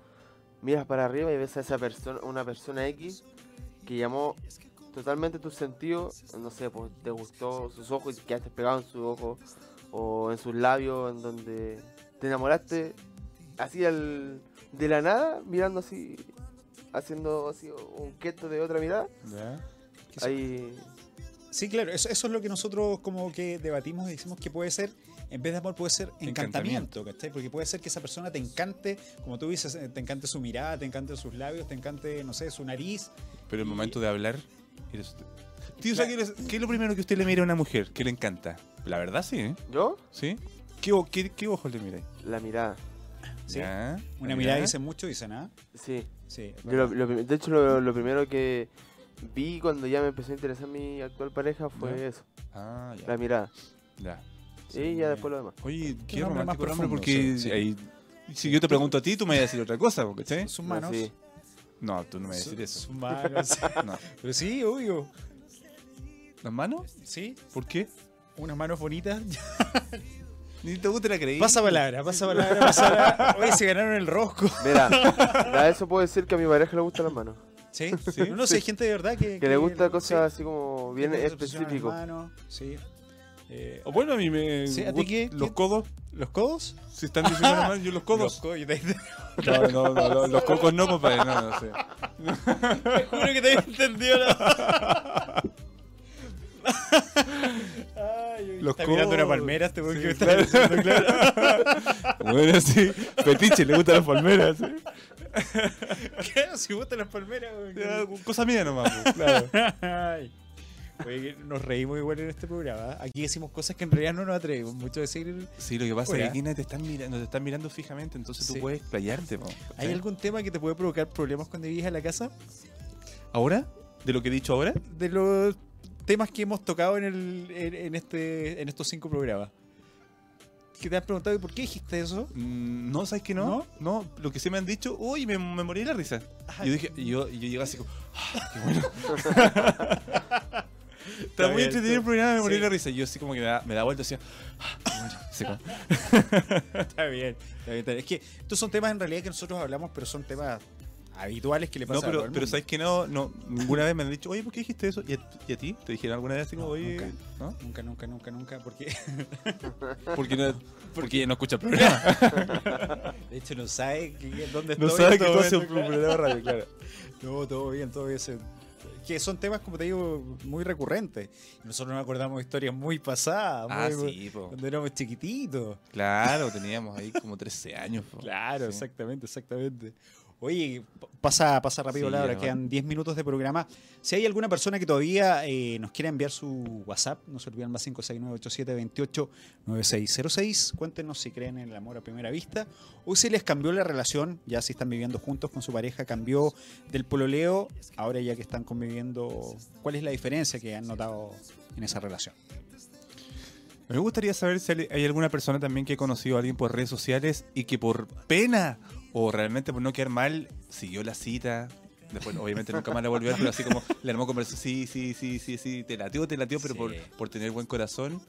C: miras para arriba y ves a esa persona, una persona X que llamó totalmente tus sentidos, no sé, pues te gustó sus ojos y quedaste pegado en sus ojos o en sus labios, en donde te enamoraste así al, de la nada, mirando así, haciendo así un gesto de otra mirada.
B: Que se-
C: Ahí,
B: Sí, claro, eso, eso es lo que nosotros como que debatimos y decimos que puede ser, en vez de amor puede ser encantamiento, ¿cachai? Porque puede ser que esa persona te encante, como tú dices, eh, te encante su mirada, te encante sus labios, te encante, no sé, su nariz.
A: Pero el momento de hablar. eres- Tío, o sea, ¿qué, es- qué es lo primero que usted le mira a una mujer que le encanta? La verdad, sí, ¿eh?
C: ¿yo?
A: ¿Sí? ¿Qué, o- qué- qué ojos le miráis?
C: La mirada,
B: ¿sí?
A: Ya,
B: Una mirada dice mucho, dice nada.
C: sí.
B: Sí, es
C: Yo
B: verdad.
C: lo- lo prim- de hecho, lo, lo primero que vi cuando ya me empezó a interesar mi actual pareja fue
A: ¿Ya?
C: eso,
A: Ah, ya.
C: la mirada.
A: ya.
B: Sí,
C: y
B: muy
C: ya
B: bien.
C: después lo demás.
A: Oye, qué,
B: hombre más
A: romántico el hombre,
B: profundo,
A: porque
B: sí, sí.
A: ahí- si yo te pregunto a ti, tú me vas a decir otra cosa, ¿cachai?
B: Sus manos.
C: Sí.
A: No, tú no me vas a
B: Su-
A: decir eso.
B: Sus manos.
A: No.
B: Pero sí, obvio.
A: ¿Las manos?
B: Sí,
A: ¿Por qué?
B: unas manos bonitas.
A: Ni te gusta la creí.
B: Pasa palabra, pasa palabra, pasa palabra. Oye, se ganaron el rosco.
C: Mira, a eso puedo decir que a mi pareja le gustan las manos.
B: Sí, sí. No, no, sí, hay gente de verdad que.
C: Que le gustan
B: sí.
C: cosas así como bien
B: Tiene obsesión a las
C: específicas.
B: manos, Sí. Eh,
A: O bueno, a mí me.
B: Sí, ¿a ti
A: gust-
B: qué?
A: Los
B: ¿Qué?
A: codos.
B: ¿Los codos?
A: Si están diciendo las manos, yo los
B: Los
A: codos.
B: codos. yo te- te
A: No, no, no, no, los cocos no, compadre. No, no sé.
B: juro que te había entendido. la- Ay, uy,
A: Los
B: está mirando
A: codos.
B: una palmera este weón
A: Sí,
B: que me está
A: claro.
B: diciendo, claro.
A: Bueno, sí. Petiche, le gustan las palmeras. ¿sí?
B: Claro, Si gustan las palmeras, weón.
A: Ya, Cosa mía nomás, pues, claro.
B: Ay. Oye, que nos reímos igual en este programa. ¿eh? Aquí decimos cosas que en realidad no nos atrevemos mucho a decir.
A: Sí, lo que pasa es que
B: Hola.
A: aquí nadie te están mirando, te están mirando fijamente, entonces
B: Sí.
A: tú puedes playarte. po.
B: ¿Hay
A: Sí.
B: algún tema que te puede provocar problemas cuando vives a la casa?
A: ¿Ahora? ¿De lo que he dicho ahora?
B: De los temas que hemos tocado en, el, en, en este, en estos cinco programas. Que te han preguntado, ¿y por qué dijiste eso?
A: Mm, No, ¿sabes que no? no? lo que sí me han dicho, uy, me, me morí de la risa. Yo dije, y yo, y yo llegué así como, "Ah, qué bueno. Está muy
B: bien,
A: entretenido el
B: sí.
A: programa, me morí de
B: Sí.
A: la risa. Y yo así como que me da, me da vuelta y decía, "Ah, qué bueno". Así como,
B: Está bien, está bien, está bien. Es que estos son temas en realidad que nosotros hablamos, pero son temas habituales que le
A: No,
B: pasan a todo
A: pero,
B: el
A: pero
B: mundo.
A: ¿sabes que no? no? Ninguna vez me han dicho, oye, ¿por qué dijiste eso? ¿Y a, y a ti? ¿Te dijeron alguna vez así como,
B: No,
A: oye,
B: nunca.
A: ¿no?
B: Nunca, nunca, nunca, nunca, porque
A: Porque no, porque no escucha el programa.
B: de hecho no sabe que- dónde
A: No
B: estoy
A: sabe
B: en
A: que
B: todo
A: tú haces un
B: momento.
A: programa de radio, claro.
B: No, todo bien, todo bien. se- Que son temas, como te digo, muy recurrentes. Nosotros nos acordamos de historias muy pasadas,
A: Ah,
B: muy-
A: sí, po.
B: cuando éramos chiquititos.
A: Claro, teníamos ahí como 13 años. po.
B: Claro,
A: Sí.
B: exactamente, exactamente. Oye, p- pasa, pasa rápido
A: Sí,
B: la hora,
A: ya,
B: quedan 10 minutos de programa. Si hay alguna persona que todavía eh, nos quiera enviar su WhatsApp, no se olviden más 56987289606. Cuéntenos si creen en el amor a primera vista o si les cambió la relación, ya si están viviendo juntos con su pareja, cambió del pololeo, ahora ya que están conviviendo, ¿cuál es la diferencia que han notado en esa relación?
A: Me gustaría saber si hay alguna persona también que ha conocido a alguien por redes sociales y que por pena o realmente por no quedar mal siguió la cita. Después, obviamente, nunca más la volvió, a ver, pero así como le armó conversación. Sí, sí, sí, sí, sí, te latió, te latió, pero
B: Sí.
A: por, por tener buen corazón.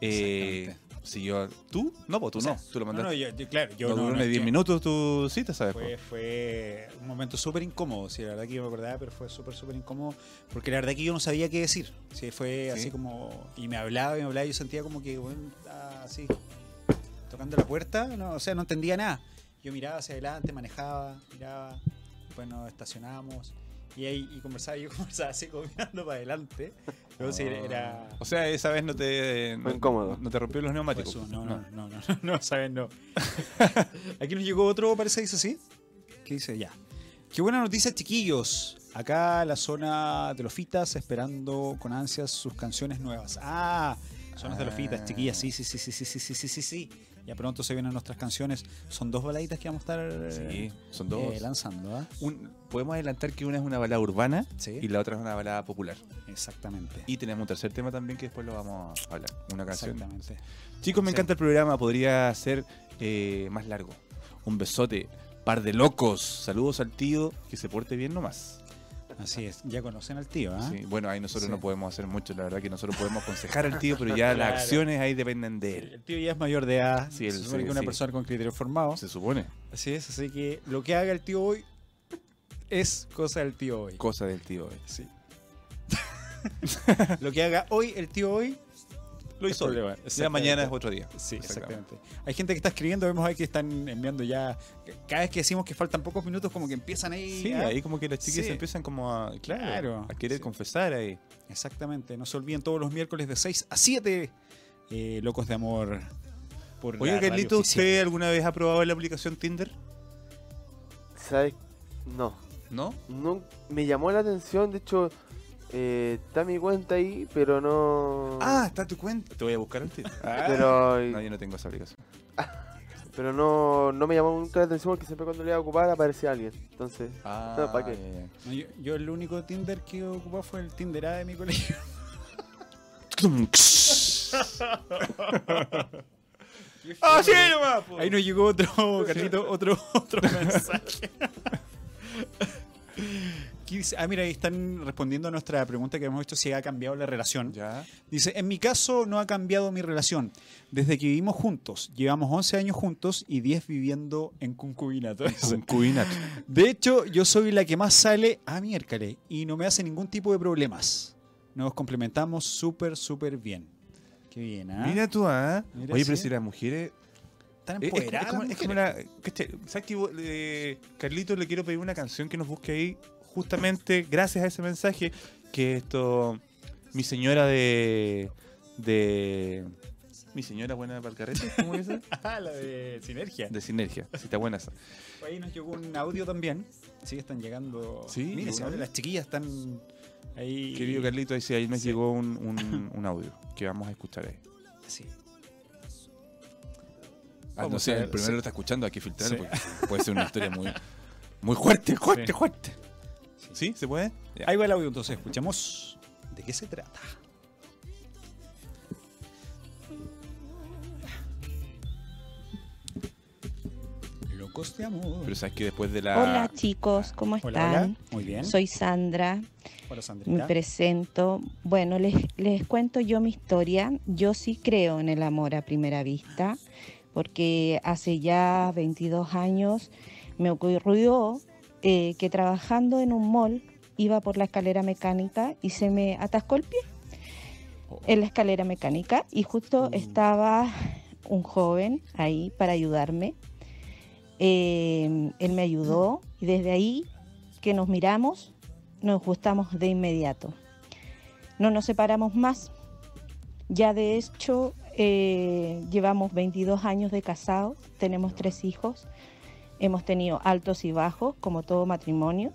A: Eh, siguió. ¿Tú? No, pues tú
B: O sea,
A: no. Tú lo mandaste.
B: No, no, yo, yo- claro, yo
A: no,
B: no,
A: duró
B: no
A: ni
B: es
A: 10
B: que-
A: minutos tu cita, ¿sabes? po?
B: Fue, fue un momento súper incómodo, sí, la verdad que yo me acordaba, pero fue súper, súper incómodo, porque la verdad que yo no sabía qué decir. Sí, fue
A: Sí.
B: así como, y me hablaba, y me hablaba, y yo sentía como que, bueno, estaba así, tocando la puerta, no, o sea, no entendía nada. Yo miraba hacia adelante, manejaba, miraba, después nos estacionábamos, Y ahí y conversaba, yo conversaba así comiendo para adelante. Entonces era.
A: O sea, esa vez no te, no,
C: Fue incómodo.
A: no te rompió los neumáticos.
B: Pues, no, no, no, no, no, no, sabes, no. Aquí nos llegó otro, parece, dice así. ¿Qué dice? Ya. Qué buena noticia, chiquillos. Acá la zona de los fitas, esperando con ansias sus canciones nuevas. Ah, zonas de los fitas, chiquillas, sí, sí, sí, sí, sí, sí, sí, sí, sí, sí. Ya pronto se vienen nuestras canciones. Son dos baladitas que vamos a estar
A: Sí,
B: eh,
A: son dos.
B: lanzando, ¿ah?
A: Un- podemos adelantar que una es una balada urbana
B: Sí.
A: y la otra es una balada popular.
B: Exactamente.
A: Y tenemos un tercer tema también que después lo vamos a hablar. Una canción.
B: Exactamente.
A: Chicos, me
B: Sí.
A: encanta el programa. Podría ser eh, más largo. Un besote. Par de locos. Saludos al tío. Que se porte bien nomás.
B: Así es. Ya conocen al tío, ¿ah?
A: Sí, bueno, ahí nosotros
B: Sí.
A: no podemos hacer mucho. La verdad que nosotros podemos aconsejar al tío, pero ya
B: Claro.
A: las acciones ahí dependen de él.
B: El tío ya es mayor de edad.
A: Sí, él-
B: se supone
A: sí,
B: que una
A: sí.
B: persona con criterio formado.
A: Se supone.
B: Así es, así que lo que haga el tío hoy es cosa del tío hoy.
A: Cosa del tío. eh.
B: Sí. lo que haga hoy el tío hoy.
A: Lo hizo.
B: problema,
A: hoy. Ya
B: exactamente.
A: mañana es otro día.
B: Sí,
A: Exactamente.
B: exactamente. Hay gente que está escribiendo, vemos ahí que están enviando ya. Cada vez que decimos que faltan pocos minutos, como que empiezan ahí. ¿ah?
A: Sí,
B: a-
A: ahí como que las chiquillas
B: Sí.
A: empiezan como a, claro,
B: Claro.
A: a querer
B: Sí.
A: confesar ahí.
B: Exactamente. No se olviden todos los miércoles de 6 a 7. eh, locos de amor. Por
A: Oye,
B: la radio
A: Carlito,
B: oficial.
A: ¿usted alguna vez ha probado la aplicación Tinder?
C: ¿Sabes? No.
A: ¿No?
C: no. Me llamó la atención, de hecho, eh, está mi cuenta ahí, pero no.
A: Ah, está tu cuenta. Ah. Te voy a buscar al Tinder.
C: Pero,
A: No, yo no tengo esa aplicación.
C: pero no, no me llamó nunca la atención porque siempre cuando le iba a ocupar aparecía alguien. Entonces,
A: Ah,
C: ¿para qué?
A: ya, ya.
B: No, yo, yo el único Tinder que ocupaba fue el Tinder A de mi colegio.
A: ¡Así Ah, nomás! po.
B: Ahí nos llegó otro, Carlito, otro, otro mensaje. ¿Qué dice? Ah, mira, ahí están respondiendo a nuestra pregunta que hemos hecho si ha cambiado la relación.
A: Ya.
B: Dice, en mi caso no ha cambiado mi relación. Desde que vivimos juntos, llevamos 11 años juntos y 10 viviendo en concubinato.
A: Concubinato.
B: De hecho, yo soy la que más sale a miércoles y no me hace ningún tipo de problemas. Nos complementamos súper, súper bien. Qué bien, ¿ah?
A: Mira tú, ¿ah?
B: Mira,
A: Oye, pero
B: sí.
A: si las mujeres
B: están
A: Eh, Es, como- es
B: empoderadas
A: como,
B: las
A: es como
B: mujeres.
A: la- ¿cachai? ¿Sabes qué? Eh, Carlito, le quiero pedir una canción que nos busque ahí, justamente gracias a ese mensaje que esto. Mi señora de. de. Mi señora buena para el carrete, ¿cómo es esa?
B: Ah, la de sinergia.
A: De sinergia, si está buena esa.
B: Ahí nos llegó un audio también. Sí, están llegando.
A: Sí,
B: Mire,
A: llegó
B: si
A: un
B: ahora
A: audio.
B: las chiquillas están ahí.
A: Querido Carlito, ahí, sí, ahí me
B: Sí.
A: llegó un, un- un audio que vamos a escuchar ahí.
B: Sí.
A: Ah,
B: Vamos
A: no sé,
B: a ver,
A: el primero
B: sí.
A: lo está escuchando, hay que filtrarlo
B: Sí.
A: porque puede ser una historia muy. muy fuerte, fuerte,
B: Sí.
A: fuerte. ¿Sí? ¿Se puede? Ya.
B: Ahí va el audio, entonces escuchamos de qué se trata. Locos de amor.
A: Pero sabes que después de la.
G: Hola chicos, ¿cómo están?
B: Hola, hola. Muy bien.
G: Soy Sandra,
B: Hola,
G: me
B: Sandrita.
G: presento. Bueno, les, les cuento yo mi historia. Yo sí creo en el amor a primera vista, porque hace ya 22 años me ocurrió eh, que trabajando en un mall iba por la escalera mecánica y se me atascó el pie en la escalera mecánica y justo estaba un joven ahí para ayudarme. Eh, él me ayudó y desde ahí que nos miramos, nos gustamos de inmediato. No nos separamos más. Ya de hecho, eh, llevamos 22 años de casados, tenemos tres hijos, hemos tenido altos y bajos, como todo matrimonio,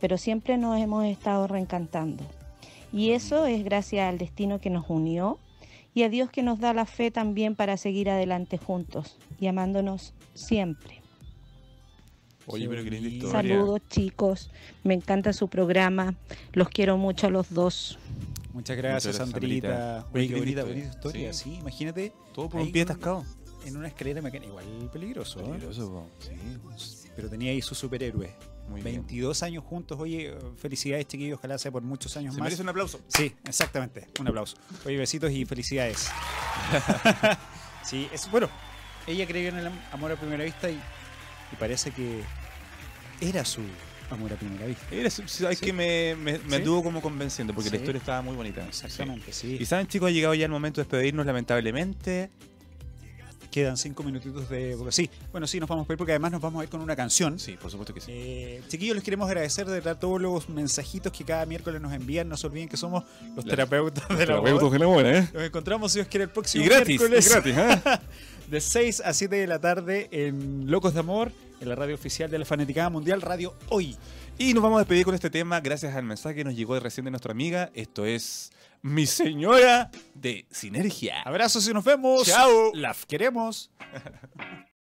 G: pero siempre nos hemos estado reencantando. Y eso es gracias al destino que nos unió y a Dios que nos da la fe también para seguir adelante juntos y amándonos siempre.
A: Oye, pero qué linda
B: Qué bonito.
A: historia.
G: Saludos chicos, me encanta su programa, los quiero mucho a los dos.
B: Muchas gracias,
A: Muchas gracias,
B: Sandrita.
A: Sandrita.
B: Oye,
A: Oye,
B: qué
A: qué
B: bonita,
A: bonito,
B: bonita
A: eh.
B: historia. Sí.
A: Sí.
B: imagínate.
A: Todo por
B: ahí
A: un pie
B: en-
A: atascado.
B: En una escalera mecánica. Igual peligroso. ¿eh?
A: Sí.
B: Pero tenía ahí su superhéroe.
A: Muy bien.
B: 22 años juntos. Oye, felicidades, chiquillos. Ojalá sea por muchos años
A: Se
B: más.
A: merece un aplauso.
B: Sí, exactamente. Un aplauso. Oye, besitos y felicidades. sí, es bueno. Ella creyó en el am- amor a primera vista y, y parece que era su amor a primera vista.
A: Era, su- su- es
B: Sí.
A: que me, me, me
B: Sí.
A: anduvo como convenciendo porque
B: Sí.
A: la historia estaba muy bonita.
B: Exactamente,
A: Sí.
B: sí.
A: Y saben, chicos, ha llegado ya el momento de despedirnos, lamentablemente.
B: Quedan cinco minutitos de... Sí, bueno, sí, nos vamos a ir porque además nos vamos a ir con una canción.
A: Sí, por supuesto que sí.
B: Eh, chiquillos, les queremos agradecer de verdad todos los mensajitos que cada miércoles nos envían. No se olviden que somos
A: Las-
B: los terapeutas de la
A: Terapeutas
B: voz.
A: de la buena, ¿eh?
B: Nos encontramos, si Dios quiere, el próximo
A: Y gratis, y
B: miércoles
A: gratis, ¿eh?
B: de 6 a 7 de la tarde en Locos de Amor, en la radio oficial de la Fanaticada Mundial, Radio Hoy.
A: Y nos vamos a despedir con este tema gracias al mensaje que nos llegó recién de nuestra amiga. Esto es Mi Señora de Sinergia.
B: Abrazos y nos vemos.
A: Chao.
B: Las queremos.